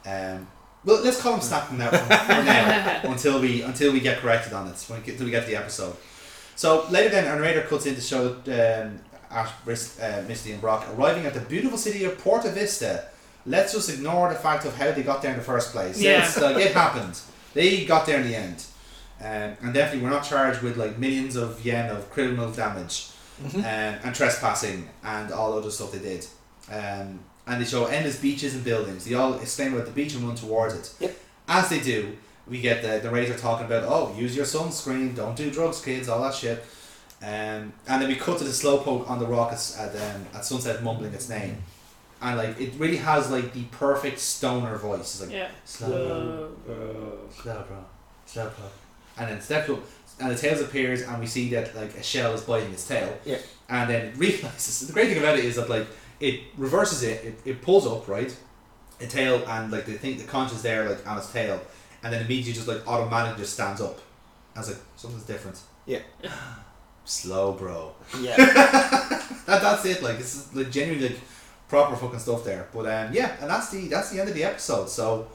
S1: Um, well, let's call him Snap from now, from, from now until we until we get corrected on this when we get, until we get to the episode. So later, then our narrator cuts in to show um, Ash, Brist, uh, Misty, and Brock arriving at the beautiful city of Puerto Vista. Let's just ignore the fact of how they got there in the first place.
S2: Yeah.
S1: It's like, it happened. They got there in the end, um, and definitely we're not charged with like millions of yen of criminal damage um, and trespassing and all other stuff they did. Um, and they show endless beaches and buildings. They all exclaim about the beach and run towards it.
S3: Yep.
S1: As they do, we get the narrator talking about, oh, use your sunscreen, don't do drugs, kids, all that shit. Um, and then we cut to the slowpoke on the rock at, at, um, at sunset mumbling its name. And like it really has like the perfect stoner voice. It's like
S2: Yeah.
S1: slow, slow bro, slow bro. And then steps up and the tail appears and we see that like a shell is biting its tail
S4: Yeah.
S1: and then it realizes the great thing about it is that like it reverses it it, it pulls up right the tail and like the thing the conch is there like on its tail and then immediately just like automatically just stands up I was like something's different
S3: Yeah.
S1: slow bro
S3: Yeah.
S1: that, that's it like this is like genuinely like proper fucking stuff there but um yeah and that's the that's the end of the episode so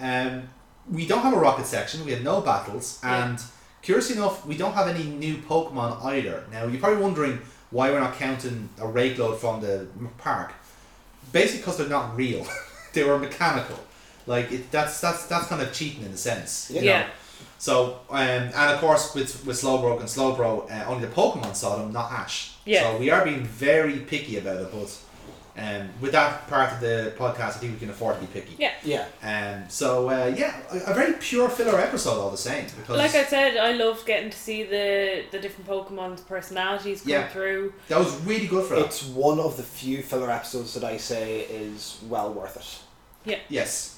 S1: um we don't have a rocket section we have no battles
S2: Yeah.
S1: and curiously enough we don't have any new pokemon either now you're probably wondering why we're not counting a rake load from the m- park basically because they're not real they were mechanical like it, that's that's that's kind of cheating in a sense you know?
S2: Yeah.
S1: So, um, and of course, with with Slowbro and Slowbro, uh, only the Pokemon saw them, not Ash.
S2: Yeah.
S1: So we are being very picky about it, but um, with that part of the podcast, I think we can afford to be picky.
S2: Yeah.
S3: yeah.
S1: Um, so uh, yeah, a, a very pure filler episode all the same because
S2: Like I said, I loved getting to see the the different Pokemon's personalities come
S1: Yeah.
S2: through.
S1: that was really good for us.
S3: It's one of the few filler episodes that I say is well worth it.
S1: Yes.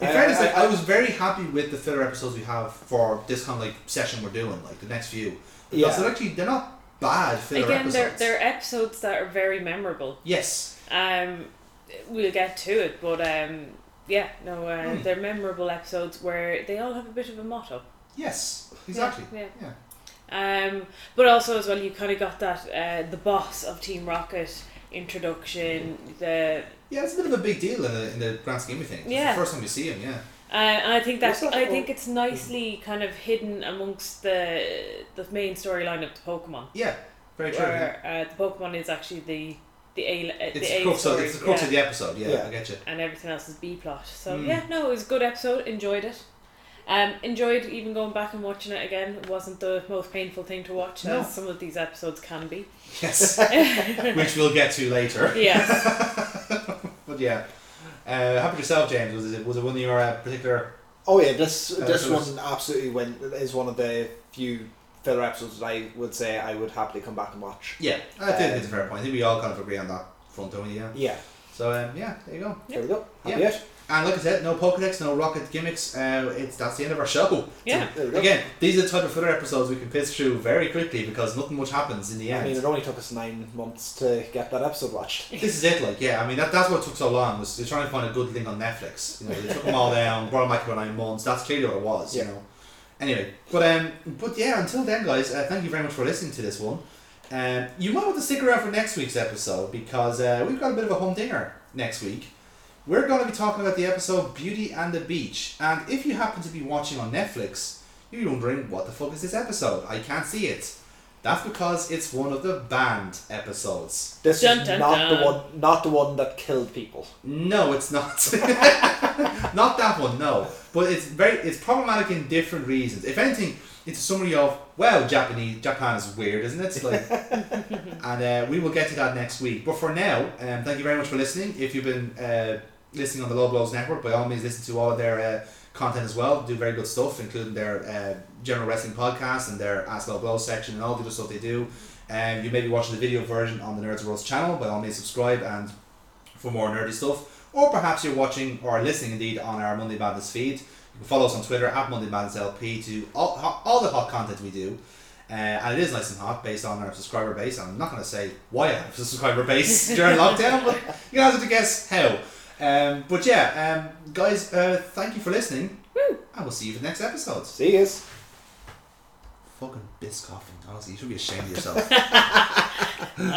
S1: In
S3: I-
S1: fairness,
S3: I-
S1: like,
S3: Uh, I-
S1: I was very happy with the filler episodes we have for this kind of like session we're doing, like the next few. Because
S3: Yeah.
S1: they're actually they're not bad filler
S2: Again,
S1: episodes.
S2: they're they're episodes that are very memorable.
S1: yes.
S2: Um, we'll get to it, but um, yeah, no, uh,
S1: Hmm.
S2: they're memorable episodes where they all have a bit of a motto.
S1: Yes. Exactly.
S2: Yeah.
S1: yeah.
S2: Um, but also as well, you kind of got that uh, the boss of Team Rocket introduction.
S1: Hmm.
S2: The
S1: Yeah, it's a bit of a big deal in the, in the grand scheme of things. It's
S2: Yeah.
S1: the first time you see him, yeah.
S2: uh, and I think that
S3: What's that
S2: I
S3: for?
S2: think it's nicely kind of hidden amongst the the main storyline of the Pokemon,
S1: Yeah, very true. yeah.
S2: where uh, the Pokemon is actually the the A uh,
S1: It's,
S2: the
S1: the
S2: A
S1: crux, of,
S2: story,
S1: it's the crux
S2: yeah,
S1: of the episode, yeah,
S3: Yeah.
S1: I get you.
S2: and everything else is B plot. So
S1: Mm.
S2: yeah, no, it was a good episode. Enjoyed it. Um, enjoyed even going back and watching it again. It wasn't the most painful thing to watch,
S1: No.
S2: as some of these episodes can be.
S1: Yes, which we'll get to later.
S2: Yes.
S1: But yeah, uh, how about yourself, James? Was it was it one of your uh, particular?
S3: Oh yeah, this
S1: Uh,
S3: this
S1: so it's-
S3: one absolutely went is one of the few filler episodes that I would say I would happily come back and watch.
S1: Yeah, I think
S3: Um,
S1: it's a fair point. I think we all kind of agree on that front, don't we? Yeah.
S3: Yeah.
S1: So um, yeah, there you go.
S3: There we go. Happy
S1: Yeah.
S3: yet?
S1: And like I said, no Pokedex, no rocket gimmicks. Uh, it's that's the end of our show.
S2: Yeah.
S3: There we go.
S1: Again, these are the type of filler episodes we can piss through very quickly because nothing much happens in the
S3: I
S1: end.
S3: mean, it only took us nine months to get that episode watched.
S1: This is it, like, yeah. I mean, that, that's what took so long was they're trying to find a good thing on Netflix. You know, they took them all down, brought them back for nine months. That's clearly what it was,
S3: Yeah.
S1: you know. Anyway, but um, but yeah. Until then, guys, uh, thank you very much for listening to this one. Um, you might want to stick around for next week's episode because uh, we've got a bit of a humdinger next week. We're going to be talking about the episode Beauty and the Beach, and if you happen to be watching on Netflix, you're wondering what the fuck is this episode? I can't see it. That's because it's one of the banned episodes.
S3: This
S2: Dun,
S3: is
S2: dun,
S3: not the
S2: dun.
S3: one, not the one that killed people.
S1: No, it's not. not that one, no. But it's very it's problematic in different reasons. If anything, it's a summary of well, Japanese Japan is weird, isn't it? It's like, and uh, we will get to that next week. But for now, um, thank you very much for listening. If you've been uh, listening on the Low Blows Network, by all means, listen to all of their uh, content as well. Do very good stuff, including their uh, general wrestling podcast and their Ask Low Blows section and all the other stuff they do. Um, you may be watching the video version on the Nerds Worlds channel. By all means, subscribe and for more nerdy stuff, or perhaps you're watching or listening indeed on our Monday Madness feed. You can follow us on Twitter at Monday Madness LP to all, ho- all the hot content we do. Uh, and it is nice and hot based on our subscriber base. I'm not going to say why I have a subscriber base during lockdown, but you guys have to guess how. Um, but yeah, um, guys, uh, thank you for listening.
S2: Woo.
S1: I will see you for the next episode.
S3: See yous.
S1: Fucking biscoffing, honestly. You should be ashamed of yourself.